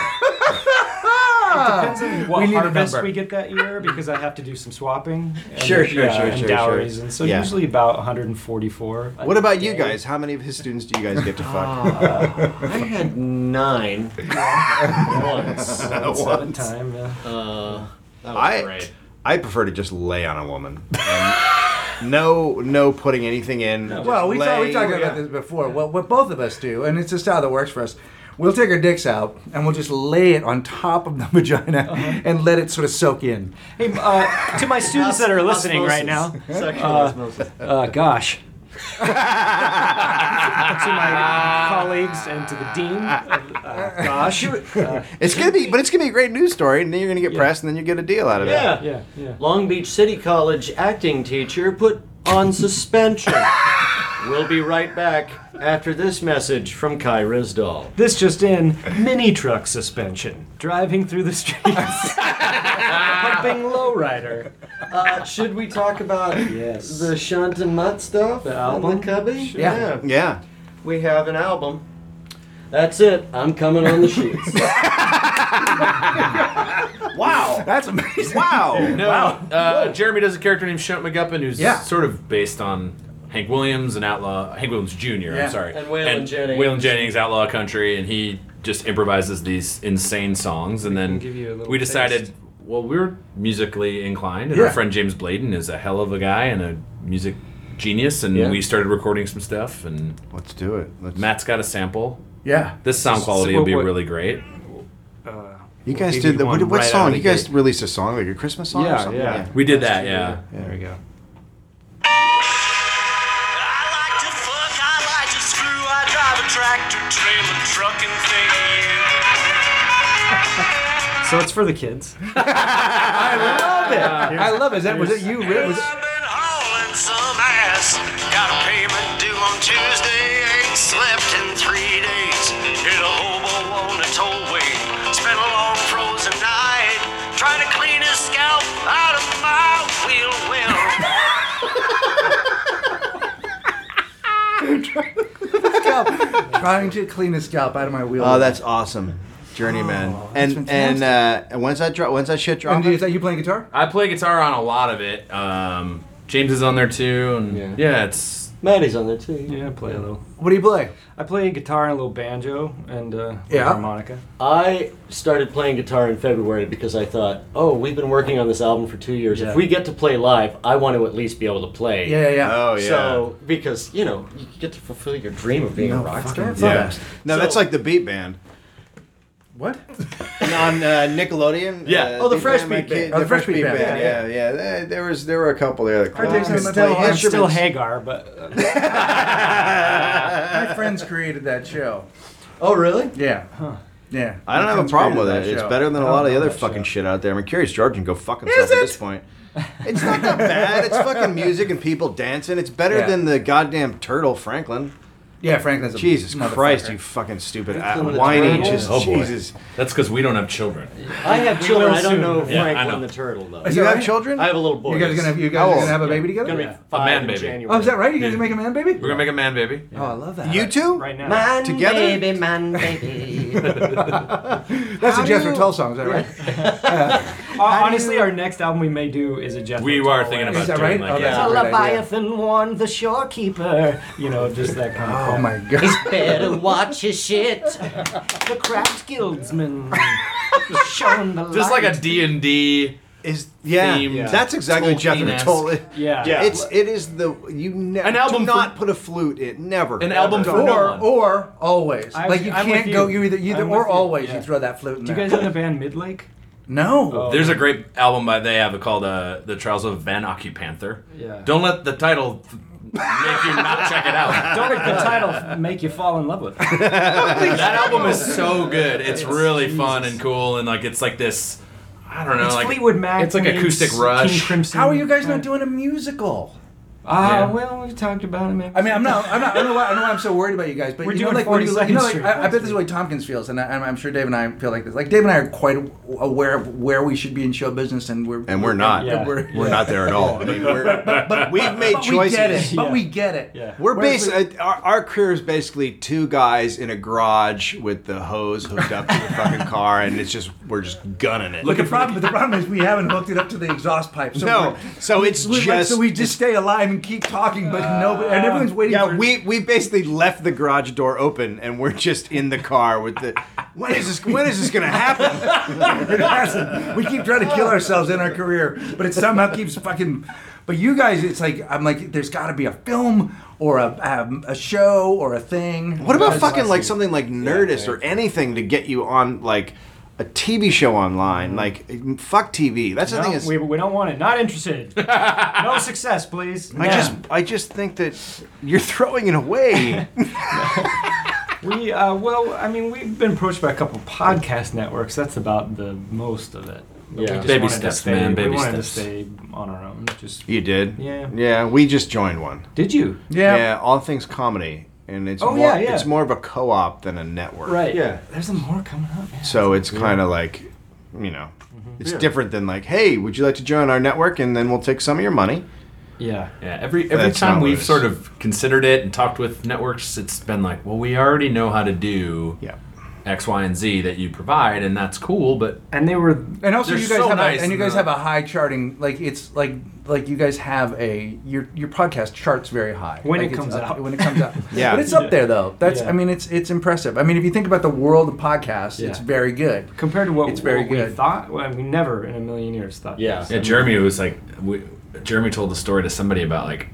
on what
We need a
harvest
number.
we get that year because I have to do some swapping. and-
Sure, sure,
yeah,
sure,
and
sure,
dowries,
sure.
and so
Yeah.
usually about 144.
What about you guys? How many of his students do you guys get to fuck?
I had nine once.
Seven time. yeah.
Oh.
Uh, that was
I
great.
I prefer to just lay on a woman. And no, no putting anything in.
Well, we, talk, we
Lay-
talked about
Yeah.
this before. Well, what both of us do, and it's a style that works for us, we'll take our dicks out and we'll just lay it on top of the vagina and let it sort of soak in.
Hey, uh, to my students that are listening right now,
Osmosis. Sexual osmosis.
uh, gosh. to my colleagues and to the dean, uh, gosh. Uh,
It's gonna be, but it's gonna be a great news story, and then you're gonna get pressed, and then you get a deal out of it.
Yeah.
yeah, yeah.
Long Beach City College acting teacher put on suspension. we'll be right back after this message from Kai Rizdal.
This just in: mini truck suspension driving through the streets, pumping lowrider.
Uh, should we talk about
Yes.
the Shunt and Mutt stuff?
The
on
album?
The Cubby?
Sure.
Yeah.
Yeah.
We have an album. That's it. I'm coming on the sheets.
Wow.
That's amazing.
Wow.
No, uh, Jeremy does a character named Shunt McGuppin who's
Yeah.
sort of based on Hank Williams and Outlaw Hank Williams Jr.
Yeah.
I'm sorry,
And Waylon Jennings.
Waylon Jennings Outlaw Country, and he just improvises these insane songs, and then
give you a little
we decided.
taste.
Well, we're musically inclined, and
Yeah.
our friend James Bladen is a hell of a guy and a music genius, and
Yeah.
we started recording some stuff. And
Let's do it. Let's,
Matt's got a sample.
Yeah.
This sound
So
quality will be
what-
really great.
you guys
give
did
you
the, what,
one
what
right out
song?
of
You
the
guys
gate.
released a song like a Christmas song or
Yeah,
something?
yeah.
We did that, yeah.
There we go.
I like to fuck, I like to screw, I drive a tractor, trailer, truck, and thing.
So it's for the kids.
I love it. I love it. Is that, was it you, Rick? Was it-
I've been hauling some ass. Got a payment due on Tuesday. Ain't slept in three days. Hit a hobo on the tollway. Spent a long frozen night trying to clean his scalp out of my wheel well.
Trying to clean his scalp out of my wheel.
Oh, that's awesome, Journeyman. and and uh, and when's that drop? When's that shit
And
dropping?
is that you playing guitar?
I play guitar on a lot of it. Um, James is on there too, and
Yeah.
yeah, it's
Maddie's on there too.
Yeah, play a little.
What do you play?
I play guitar and a little banjo and uh,
Yeah.
harmonica.
I started playing guitar in February because I thought, oh, we've been working on this album for two years.
Yeah.
If we get to play live, I want to at least be able to play.
Yeah, yeah, yeah.
oh yeah.
So because you know you get to fulfill your dream of being a rock star.
fucking
yeah.
fast.
No, that's
So-
like the Beat Band
What?
on uh, Nickelodeon.
Yeah.
uh,
Oh,
the Fresh
my
Beat Band.
kid-
Oh, the Fresh Beat Band.
Yeah, yeah. There, there was there were a couple there. That
takes
could
them
play
until I'm
I'm still
instruments.
Hagar, but uh,
My friends created that show.
Oh, really?
Yeah. Yeah.
I don't have a problem with it. It's better than a lot of the other fucking shit out there. I'm curious, George can go fuck himself at this point. It's not that bad. It's fucking music and people dancing. It's better
Yeah.
than the goddamn turtle, Franklin.
Yeah, Franklin's a
Jesus
motherfucker.
Christ, you fucking stupid a-
the
whiny,
turtle?
just
Oh boy.
Jesus.
That's because we don't have children.
I have children. I don't
soon.
know
Yeah, I
Franklin
know.
the turtle though.
Is
You
that
have
right?
children?
I have a little boy.
You guys are gonna you
How
guys are
old?
gonna have a baby
Gonna
together?
be
Yeah.
five
A man
in
baby.
January.
Oh, is that right? You guys are making a man baby?
We're gonna make a man baby.
Oh, I love that.
you two?
right now.
Man
Together?
baby, man baby.
That's a
How
Jethro
do you-
Tull song, is that right?
Uh, honestly, our next album we may do is a Jeff.
We
Tull
were thinking
one.
about
that
doing
right?
like
Oh,
yeah.
that's- Great idea.
Leviathan warned the shorekeeper.
Uh, you know, just that kind of.
Oh my god.
He's better watch his shit. The craft guildsman. Showing the
just like
light.
a D and D.
Is yeah,
Themed, yeah.
that's exactly what Jethro
Tolkien-esque.
Tull.
Yeah.
Yeah.
It's it is the you ne-
An album
do not
for-
put a flute in never
An album for-
Or or always.
I-
like you
I'm
can't
with
go
you.
you either either
I'm
or
with you,
always
yeah.
you throw that flute in
Do you
there.
guys Oh. know the band Midlake?
no.
There's a great album by they have called uh, "The Trials of Van Occupanther."
Yeah.
Don't let the title th- make you not check it out.
Don't let the title make you fall in love with. it.
that album is so good. It's,
It's-
really
Jesus.
fun and cool, and like it's like this. I don't know.
It's
like
Fleetwood Mac.
It's like
meets
acoustic
King
rush.
Crimson.
How are you guys not doing a musical?
Ah,
Yeah.
well, we talked about it, man.
I mean, I'm not, I'm not, I don't know why, I don't know why I'm so worried about you guys, but
We're
you know,
doing
like, when you, look-
42nd
you know, like,
Street.
I, I bet this is the way Tompkins feels, and I, I'm- I'm sure Dave and I feel like this. Like, Dave and I are quite aware of where we should be in show business, and we're
and we're not.
Yeah.
we're,
We're not there at all. I mean, we're, we've made
but we
choices.
get it. But
Yeah.
we get it.
Yeah.
We're
Whereas
basically our, our career is basically two guys in a garage with the hose hooked up to the fucking car, and it's just we're just gunning it.
But the problem, but the problem is we haven't hooked it up to the exhaust pipe. So
no,
we're-
so it's
we're like-
just
so we just stay alive and keep talking, but no, and everyone's waiting.
yeah.
for
We we basically left the garage door open, and we're just in the car with the. When is this? When is this gonna happen?
we keep trying to kill ourselves in our career, but it somehow keeps fucking. But you guys, it's like I'm like, there's got to be a film or a um, a show or a thing.
What about
Because-
fucking like something like Nerdist or anything to get you on like a TV show online? Like fuck TV. That's the
No,
thing is
we, we don't want it. Not interested. no success, please.
I just I just think that you're throwing it away.
We uh, well, I mean, we've been approached by a couple podcast networks. That's about the most of it. But we
Yeah.
just
Baby
wanted to
steps,
stay-
man, baby
we wanted
steps.
to stay on our own. Just
you did.
Yeah.
Yeah. We just joined one.
did you?
Yeah.
all things comedy, and it's
Oh,
more
yeah, yeah.
it's more of a co-op than a network.
Right.
Yeah.
There's some more coming up. Man.
So it's kind of like, you know,
Mm-hmm.
it's different than like, hey, would you like to join our network, and then we'll take some of your money.
Yeah.
Yeah, every every
That's
time
not what
we've
it is.
sort of considered it and talked with networks, it's been like, well, we already know how to do
Yeah.
X, Y, and Z that you provide, and that's cool. But
And they were.
And also,
They're
you guys
so
have
nice
a, and you
and
guys
the-
have a high charting. Like it's like like you guys have a your your podcast charts very high
When
Like,
it
it's
comes
up-
out.
When it comes out,
Yeah.
But it's up there though. That's
Yeah.
I mean, it's it's impressive. I mean, if you think about the world of podcasts,
Yeah.
it's very good.
Compared to what,
It's very
what
good.
we thought, well, we never in a million years thought.
Yeah.
this.
yeah, Jeremy was like, we, Jeremy told the story to somebody about like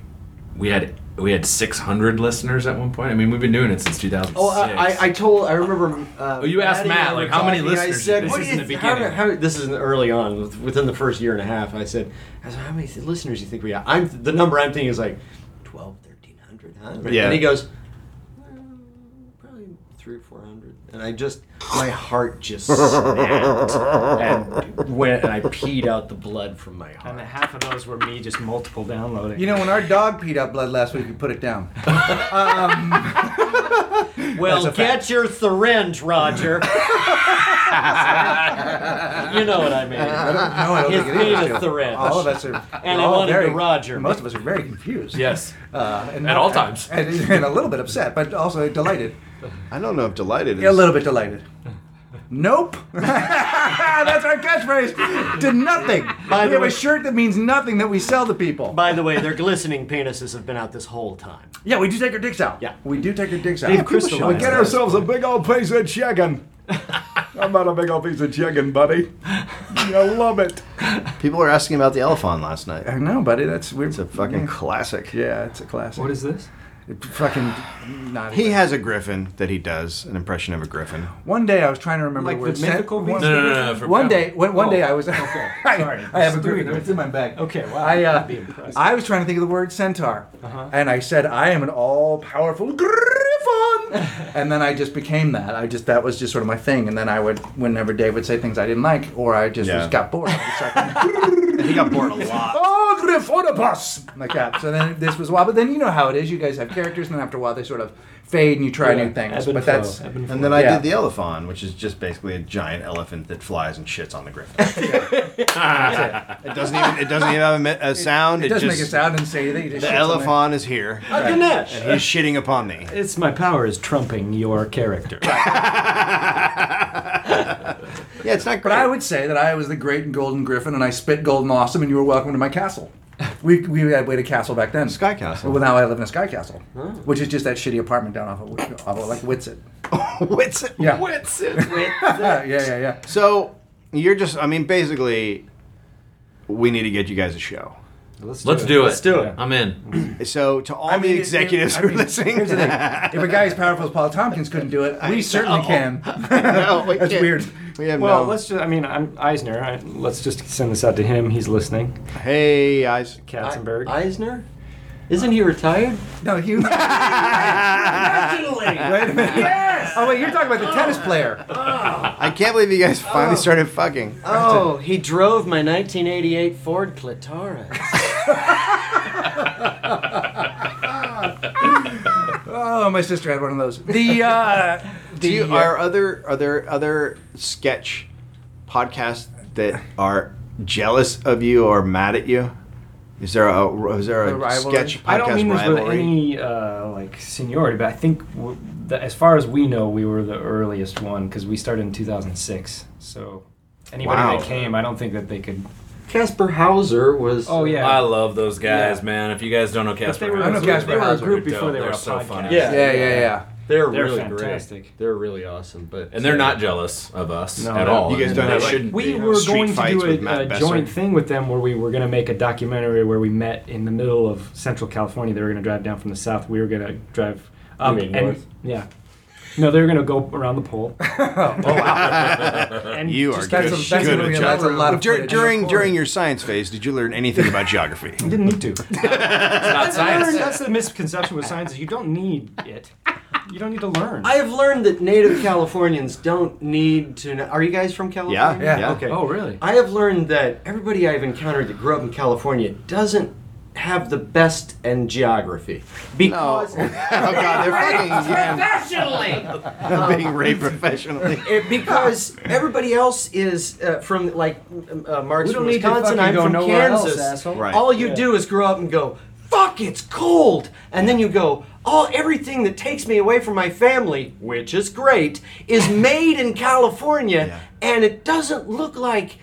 we had we had 600 listeners at one point. I mean, we've been doing it since 2006.
Oh, I, I, I told. I remember. Uh,
Oh, you asked
Maddie and
Matt,
I
like,
were
how many
talking, and
listeners
I said,
is
"What
this
do
in
you
the
th- how
beginning?"
many- how- this is early on, with- within the first year and a half. I said, I said, how many listeners do you think we have? I'm the number I'm thinking is like 12, 1300, huh?
Yeah.
And he goes, "Mm, probably three or four hundred. And I just, my heart just snapped and went, and I peed out the blood from my heart.
And half of those were me just multiple downloading.
You know, when our dog peed out blood last week, we put it down.
Well, get your syringe, Roger. you know what I mean.
No, I don't
His
think it is.
penis
Jill.
syringe.
All of us are.
And
we're
I
all
wanted to
very-
Roger.
Most of us are very confused.
yes,
Uh, and
At all times.
And, and a little bit upset, but also delighted.
I don't know if delighted. Is,
A little bit delighted. Nope. That's our catchphrase. Did nothing.
By
we
the
have
way-
a shirt that means nothing that we sell to people.
By the way, their glistening penises have been out this whole time.
yeah, we do take our dicks out.
Yeah.
We do take our dicks out.
They've crystallized.
We get
that.
ourselves.
a big old piece of chicken.
I'm not a big old piece of chicken, buddy. I love it.
People were asking about the elephant last night.
I know, buddy. That's weird.
It's a fucking classic.
Yeah, it's a classic.
What is this?
It fucking not
He has a griffin that he does an impression of a griffin.
One day I was trying to remember
Like
where
the
it sent-
mythical
one,
beast?
no, no, no, no. For
one day, one, one day
Oh,
I was.
okay.
I,
Sorry.
I have a
Just
group.
doing it.
It's in my bag.
Okay, wow.
I
I'd
uh,
be impressed.
I was trying to think of the word centaur, and I said I am an all-powerful griffon, and then I just became that. I just that was just sort of my thing. And then I would, whenever Dave would say things I didn't like, or I just
Yeah.
was, got bored. I'd start going,
He got bored a lot.
Oh, Gryffonopus! Like that. So then this was a while. But then you know how it is. You guys have characters, and then after a while they sort of fade, and you try new things. But that's
And then I
Yeah.
did the elephon, which is just basically a giant elephant that flies and shits on the griffin. it doesn't even it doesn't even have a, mi- a sound. It,
it doesn't
just
make a sound and say anything. it Just
The
shits on there.
elephon is here.
Ganesh.
He's shitting upon me.
It's my power is trumping your character.
Yeah, it's not
But
great.
I would say that I was the great and golden griffin, and I spit gold and awesome, and you were welcome to my castle. We, we had we had a castle back then.
Sky Castle.
Well, now I live in a sky castle, which is just that shitty apartment down off of, off of like Witsit.
What's it?
Yeah.
What's it?
yeah, yeah, yeah.
So you're just I mean basically we need to get you guys a show.
Let's do it.
Let's do it.
I'm in.
So to all
I mean,
the
it-
executives
I
who are
mean,
listening,
Here's the thing: if a guy as powerful as Paul Tompkins couldn't do it, we certainly can.
no, we
That's
can't.
weird.
We have
Well,
no.
let's just, I mean, I'm Eisner. I, let's just send this out to him. He's listening.
Hey, eyes.
Katzenberg.
Eisner? Isn't he retired?
No, he. wait a minute. Oh wait, you're talking about the tennis player.
I can't believe you
Oh.
guys finally started fucking.
Oh, he drove my 1988 Ford Clitoris.
Oh, my sister had one of those. The uh, the
Do you,
uh,
are other are there other sketch podcasts that are jealous of you or mad at you? Is there a is there
A
a,
rivalry?
sketch podcast
I don't mean this with
rivalry?
any uh, like seniority, but I think w- the, as far as we know, we were the earliest one because we started in 2006. So anybody
Wow.
that came, I don't think that they could.
Casper Hauser was.
Oh yeah,
I love those guys,
Yeah.
man. If you guys don't know Casper,
they were,
I know
Hauser,
Casper
they were a
Hauser.
group
They're
before
dope.
they were
They're
a
so
podcast.
funny.
Yeah.
yeah, yeah, yeah.
they're,
They're
really
fantastic.
great. They're really awesome, but
and they're not jealous of us
No,
at
no.
all.
You guys
And
don't
they
have, like,
shouldn't
We
be.
were
street
going to
fights with
do
Matt
a, a
Besser.
joint thing with them where we were going to make a documentary where we met in the middle of Central California. They were going to drive down from the south. We were going to drive up
mean
and
north?
yeah. No, they were going to go around the pole. Oh, and
You are
just-
That's
good.
a- that's a
good
movie,
at
that's a
geography.
lot of
Dur-
footage.
during during your science phase, did you learn anything about geography?
Didn't need to.
not
Learn,
science.
that's the misconception with science is you don't need it. You don't need to learn.
I have learned that native Californians don't need to know. Are you guys from
Yeah,
California?
Yeah.
Okay.
oh, really?
I have learned that everybody I've encountered that grew up in California doesn't have the best in geography. Because
Oh god, they're fucking professionally. being raped professionally.
It, because everybody else is uh, from like um, uh, Mark's
We don't
from
need to
Wisconsin.
fucking
I'm
go
from
nowhere else,
Kansas.
asshole.
Right.
All you do is grow up and go, "Fuck, it's cold," and then you go, "All everything that takes me away from my family, which is great, is made in California, and it doesn't look like."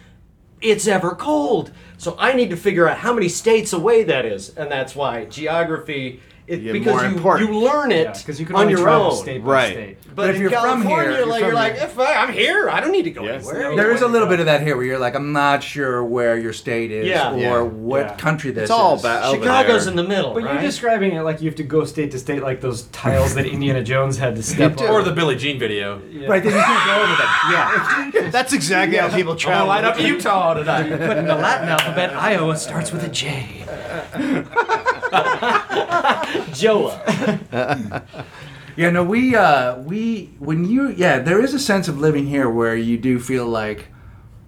It's ever cold, so I need to figure out how many states away that is, and that's why geography. It,
Yeah,
because
more
you,
important.
you learn it
Because you can
on
only
your
travel
own.
state by
Right.
state.
But,
But
if
if
in
you're from
California,
here, you're
like, you're
from
like,
here.
"Eh, fuck, I'm here. I don't need to go
Yes.
anywhere.
There is a little bit of that here where you're like, I'm not sure where your state is
Yeah.
or
Yeah.
what
Yeah.
country this
It's all
is.
ba- over
Chicago's
there.
in the middle,
But
right?
you're describing it like you have to go state to state, like those tiles that Indiana Jones had to step
do.
on.
Or the Billie Jean video.
Right, then you can't go over that.
That's exactly how people
I
travel.
light up Utah tonight.
But in the Latin alphabet, Iowa starts with a J.
Joa.
Yeah, no, we uh we when you yeah, there is a sense of living here where you do feel like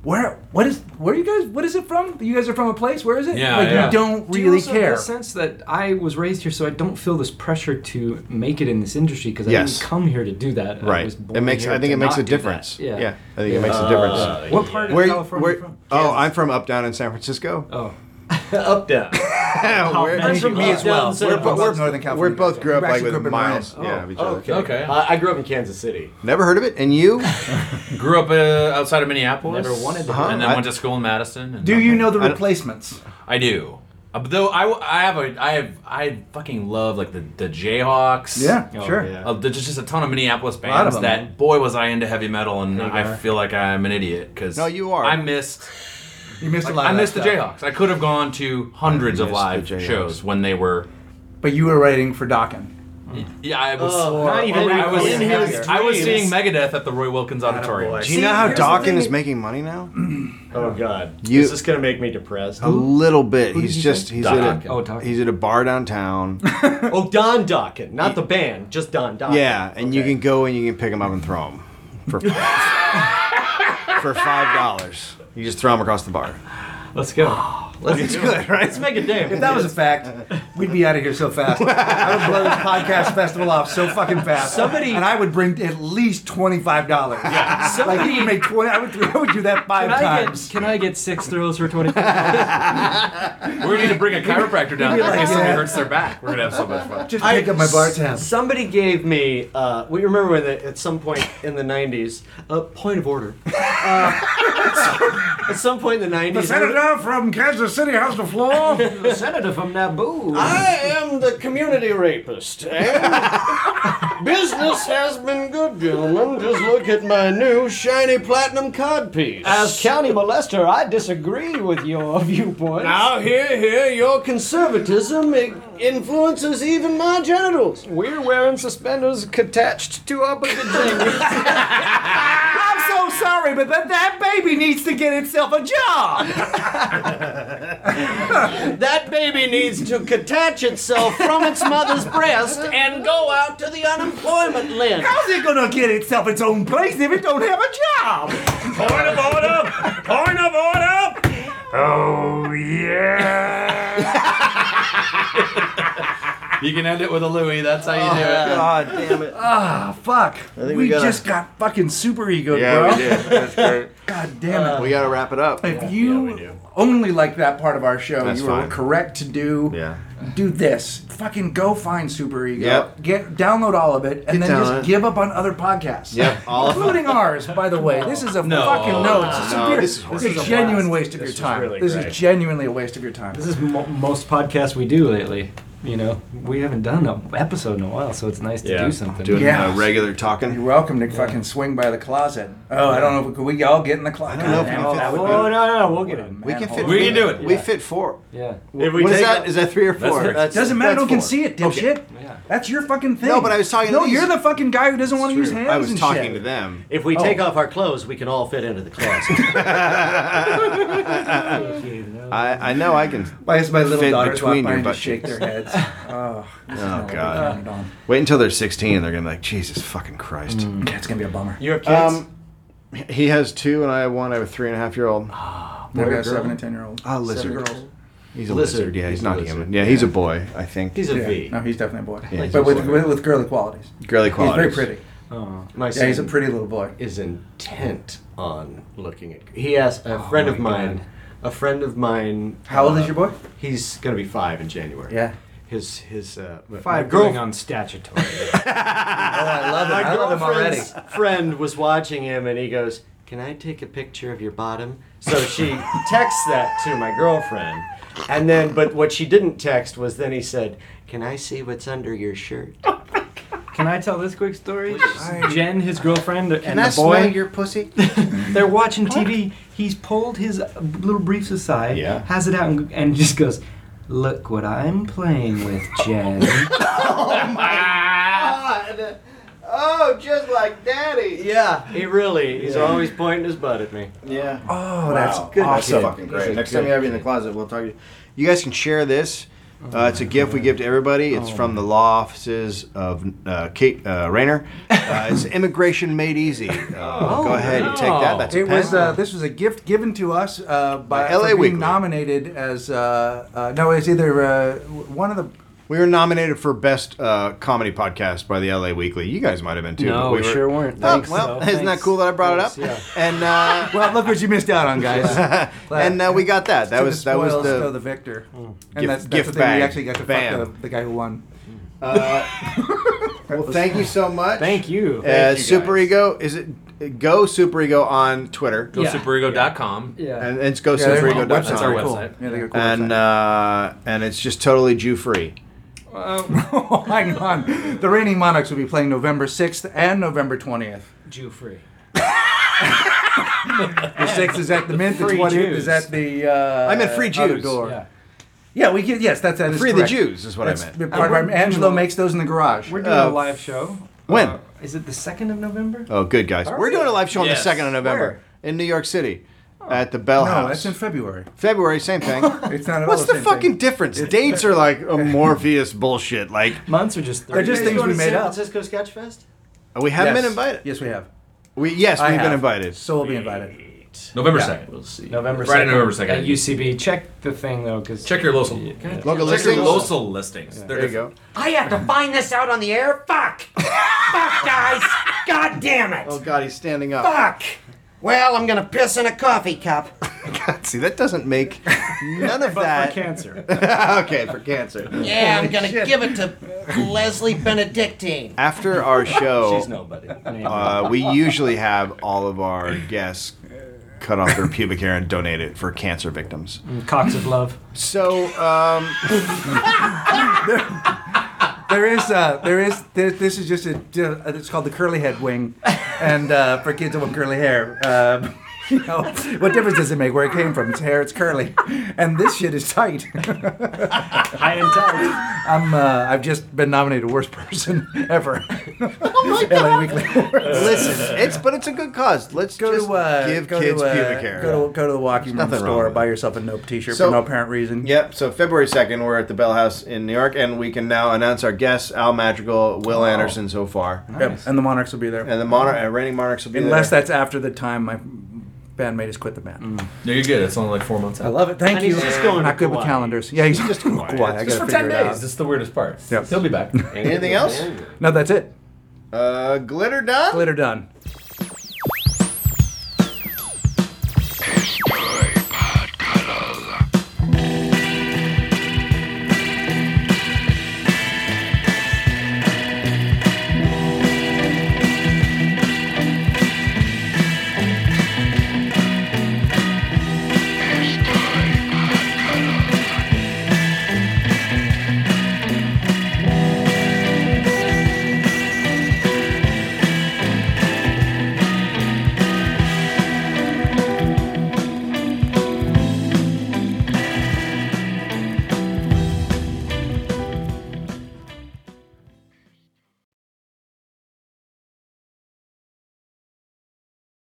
where what is where you guys what is it from? You guys are from a place, where is it?
Yeah,
like
yeah.
you don't
Do you
really
also have
care.
The sense that I was raised here, so I don't feel this pressure to make it in this industry because I
Yes.
didn't come here to do that. I
Right.
was born
It makes.
here
I think
to
it makes a
not do that.
difference.
Yeah. Oh,
Yeah. I think it makes a difference.
What part of
Where,
California
where,
are you from?
oh, I'm from up down in San Francisco.
Oh,
Up down.
Yeah, we're,
I'm from
me as well.
Well,
We're
we're-
that's Northern California.
we're both grew up
You
like
actually
with
grew up in
miles.
Ryan.
Yeah, of each other.
Okay.
Okay.
Uh, I grew up in Kansas City.
Never heard of it. And you?
Grew up uh, outside of Minneapolis.
Never wanted to.
And then
I-
went to school in Madison. and-
Do you know the replacements?
I do. Uh, but though I, w- I have a I have I fucking love like the the Jayhawks.
Yeah,
Oh,
sure.
yeah.
Uh, there's just a ton of Minneapolis
lot of
bands
them.
that boy was I into heavy metal and I
Hagar.
feel like I'm an idiot because
No, you are.
I missed
You missed a lot
I
of that
missed the
stuff.
Jayhawks. I could have gone to hundreds of
missed the
live
Jayhawks.
shows when they were
But you were writing for Dockin.
Yeah, I was.
Oh,
Not even
I was,
in his
I was
dreams.
seeing Megadeth at the Roy Wilkins Auditorium.
Attaboy.
Do you know how Dawkins is making money now?
Oh God,
You-
is this gonna make me depressed?
A little bit. He's just he's at a,
Oh, Dawkins.
he's at a bar downtown.
Oh, Don Dawkins, not the band, just Don Dawkins.
yeah, and you can go and you can pick him up and throw him for for five dollars. You just throw him across the bar.
Let's go.
It's good, right?
Let's make a day.
If that was a fact, we'd be out of here so fast. I would blow this podcast festival off so fucking fast.
Somebody-
and I would bring at least twenty five dollars. like you
Somebody-
could make twenty. I would, I would do that five
Can I get
times.
can I get six throws for twenty five?
We're gonna need to bring a chiropractor down there in
like,
case somebody
yeah.
hurts their back. We're gonna have so much fun.
Just pick up my bar tab.
Somebody gave me. Uh, we remember when the, at some point in the '90s. Uh, point of order. Uh, at some point in the '90s.
from Kansas City House the floor.
the senator from Naboo.
I am the community rapist. And business has been good, gentlemen. Just look at my new shiny platinum cod piece.
As county molester, I disagree with your viewpoint.
now, here, here, your conservatism i- influences even my genitals.
We're wearing suspenders attached to our pajamas.
I'm so sorry, but that, that baby needs to get itself a job.
That baby needs to detach itself from its mother's breast and go out to the unemployment list.
How's it gonna get itself its own place if it don't have a job?
Point of order! Point of order! Oh yeah! you can end it with a Louis. That's how you do it.
God damn it.
Ah, fuck. We,
think we gotta-
just got fucking super ego, bro.
did. That's great.
God damn
Uh,
it.
We gotta wrap it up.
If you only like that part of our show,
That's
you were
fine.
correct to do
Yeah.
do this. Fucking go find Super Ego.
Yep.
Get download all of it and
Get
then just
down it.
give up on other podcasts.
Yep. All of
Including ours, by the way. This is a
No.
fucking no. It's a
No,
superior-
this is horse
a
shit.
genuine waste of your time.
really
this
great.
is genuinely a waste of your time.
this is mo- most podcasts we do lately. You know, we haven't done an episode in a while, so it's nice to
Yeah.
do something.
doing
Yeah.
uh, regular
You're
talking.
welcome to fucking swing by the closet. Oh, I don't know if we could we all get in the closet.
don't know if we
Goddamn,
fit-
that would
Oh no, no, no, we'll get it.
We can fit.
We can do it.
We fit four.
Yeah,
If we
What is
take
that? Is that three or four?
three.
That's-
Doesn't matter.
that's
No one can
four.
see it, dipshit.
yeah.
That's your fucking thing.
No, but I was talking to
No,
these-
you're the fucking guy who doesn't want to use hands.
I was
and
talking
shit.
to them.
If we take off our clothes, we can all fit into the closet.
I, I know I can.
Why is my little
Fit
daughter
between
walking by
your
and just
butt
shake their heads? Oh, this is not what we
God.
counted on.
Wait until they're 16 and they're gonna be like, Jesus fucking Christ.
That's gonna be a bummer.
You have kids?
Mm. Um, he has two and I have one. I have a three and a half year old.
They've got a seven and ten year old.
Ah, lizard.
girls.
He's a
Lizard.
lizard. Yeah, he's,
He's a
not
lizard.
human. Yeah, he's a boy. I think.
He's a
Yeah.
V.
No, he's definitely a boy.
he's
but
a
with,
boy.
with with girly qualities.
girly qualities.
He's very pretty.
My
Yeah, he's a
son
pretty little boy.
is intent on looking at. He asked a friend of mine. A friend of mine.
How old
uh,
is your boy?
He's gonna be five in January.
Yeah.
His his uh, my- my
five
girl-
going on statutory.
Oh, I love him.
My
I love him already.
girlfriend's friend was watching him, and he goes, "Can I take a picture of your bottom?" So she texts that to my girlfriend, and then, but what she didn't text was then he said, "Can I see what's under your shirt?"
Can I tell this quick story? Jen, his girlfriend, and
Can I
the boy.
smell your pussy?
They're watching TV. He's pulled his uh, little briefs aside,
Yeah.
has it out, and, and just goes, "Look what I'm playing with, Jen."
Ah, oh, just like daddy.
Yeah, he really. He's always pointing his butt at me.
Yeah.
Oh, that's
Wow.
good.
That's
awesome.
fucking great. Next time you have you in the closet, we'll talk to you. You guys can share this.
Oh
Uh, it's a gift we give to everybody. It's from the law offices of uh, Kate uh, Rayner. Uh, it's Immigration Made Easy. Uh, go ahead and take that. That's a
Oh, It
pen.
was uh, this was a gift given to us uh, by
By LA
for being
Weekly.
nominated as uh, uh, no, it's either uh, one of the
we were nominated for Best uh, Comedy Podcast by the LA Weekly. You guys might have been too. but were-
weren't.
Oh, well, isn't that cool that I brought
Thanks,
it up? And uh,
well, look what you missed out on, guys.
and uh, we got that. That
To
was that was
spoils go
the
the victor, and
Gift-
that's, that's
gift
the thing
bag.
we actually got to
Bam.
fuck the, the guy who won.
well. Thank you so much.
Thank you.
Uh,
guys.
Super Ego is it? Go Super Ego on Twitter.
Go
Yeah.
superego.com.
yeah.
and it's go
Yeah, they're cool.
That's our
Very cool.
website.
Yeah, they got a cool
and uh, and it's just totally Jew free.
website. Oh, hang on, the reigning monarchs will be playing November sixth and November twentieth.
Jew free.
The sixth is at the mint, the
free
twentieth
Jews.
is at the. Uh,
I meant free
other
Jews.
Door.
Yeah.
Yeah, we get yes. That's that is
Free the
correct.
Jews is what
That's
I meant.
part of our, Angelo makes those in the garage.
We're doing
Uh,
a live show.
when?
Uh, is it the second of November?
Oh, good guys. We're doing a live show on
Yes.
the second of November in New York City at the Bell
no,
Oh, House.
that's in February.
February, same thing.
It's not at all
What's the
same
fucking
thing.
difference? Dates are like a Morpheus bullshit. Like
Months or just
They're just
You
things
going
we
to
made up.
San Francisco Sketch Fest?
we haven't
Yes.
been invited.
Yes, we have.
We yes,
I
we've
have.
been invited.
So we'll be invited.
November
Yeah.
2nd.
We'll see.
November
Friday,
2nd,
November 2nd.
At UCB. Check the thing, though, because.
Check your local.
Local
Check your
listings.
local listings. They're
There you
diff-
go.
I have to find this out on the air? Fuck! Fuck, guys! God damn it!
Oh God, he's standing up.
Fuck! Well, I'm gonna piss in a coffee cup.
God, see that doesn't make none of
But for
that.
cancer.
okay, for cancer.
Yeah, I'm gonna give it to Leslie Benedictine.
After our show,
She's nobody.
uh, we usually have all of our guests cut off their pubic hair and donate it for cancer victims.
Cox of Love.
So, um,
There is, uh, there is. There, this is just a. uh, It's called the curly head wing, and uh, for kids who want curly hair. Um, you know, what difference does it make where it came from? It's hair, it's curly, and this shit is tight.
High and tight.
I'm, uh, I've just been nominated worst person ever. Oh my LA Weekly.
listen, it's but it's a good cause. Let's
go
just
to uh,
give
go
kids
to, uh,
pubic hair.
Go to go to the walking room
nothing wrong
store,
with
buy
it.
yourself a nope T-shirt
So-
for no apparent reason.
Yep. So February second, we're at the Bell House in New York, and we can now announce our guests: Al Madrigal, Will Anderson, so far,
Yep, And the Monarchs will be there,
and the Monar- uh, reigning Monarchs will be
unless
there.
that's after the time my bandmate has quit the band.
No, you're good. It's only like four months
I
out.
love it. Thank
And
you.
he's just going
Not
to
good with
Kauai.
calendars. Yeah, he's just going to Kauai. I
Just
gotta
for
figure
ten
it
days.
out.
That's the weirdest part.
Yep.
He'll be back.
Anything else?
No, that's it.
Uh, glitter done.
Glitter done.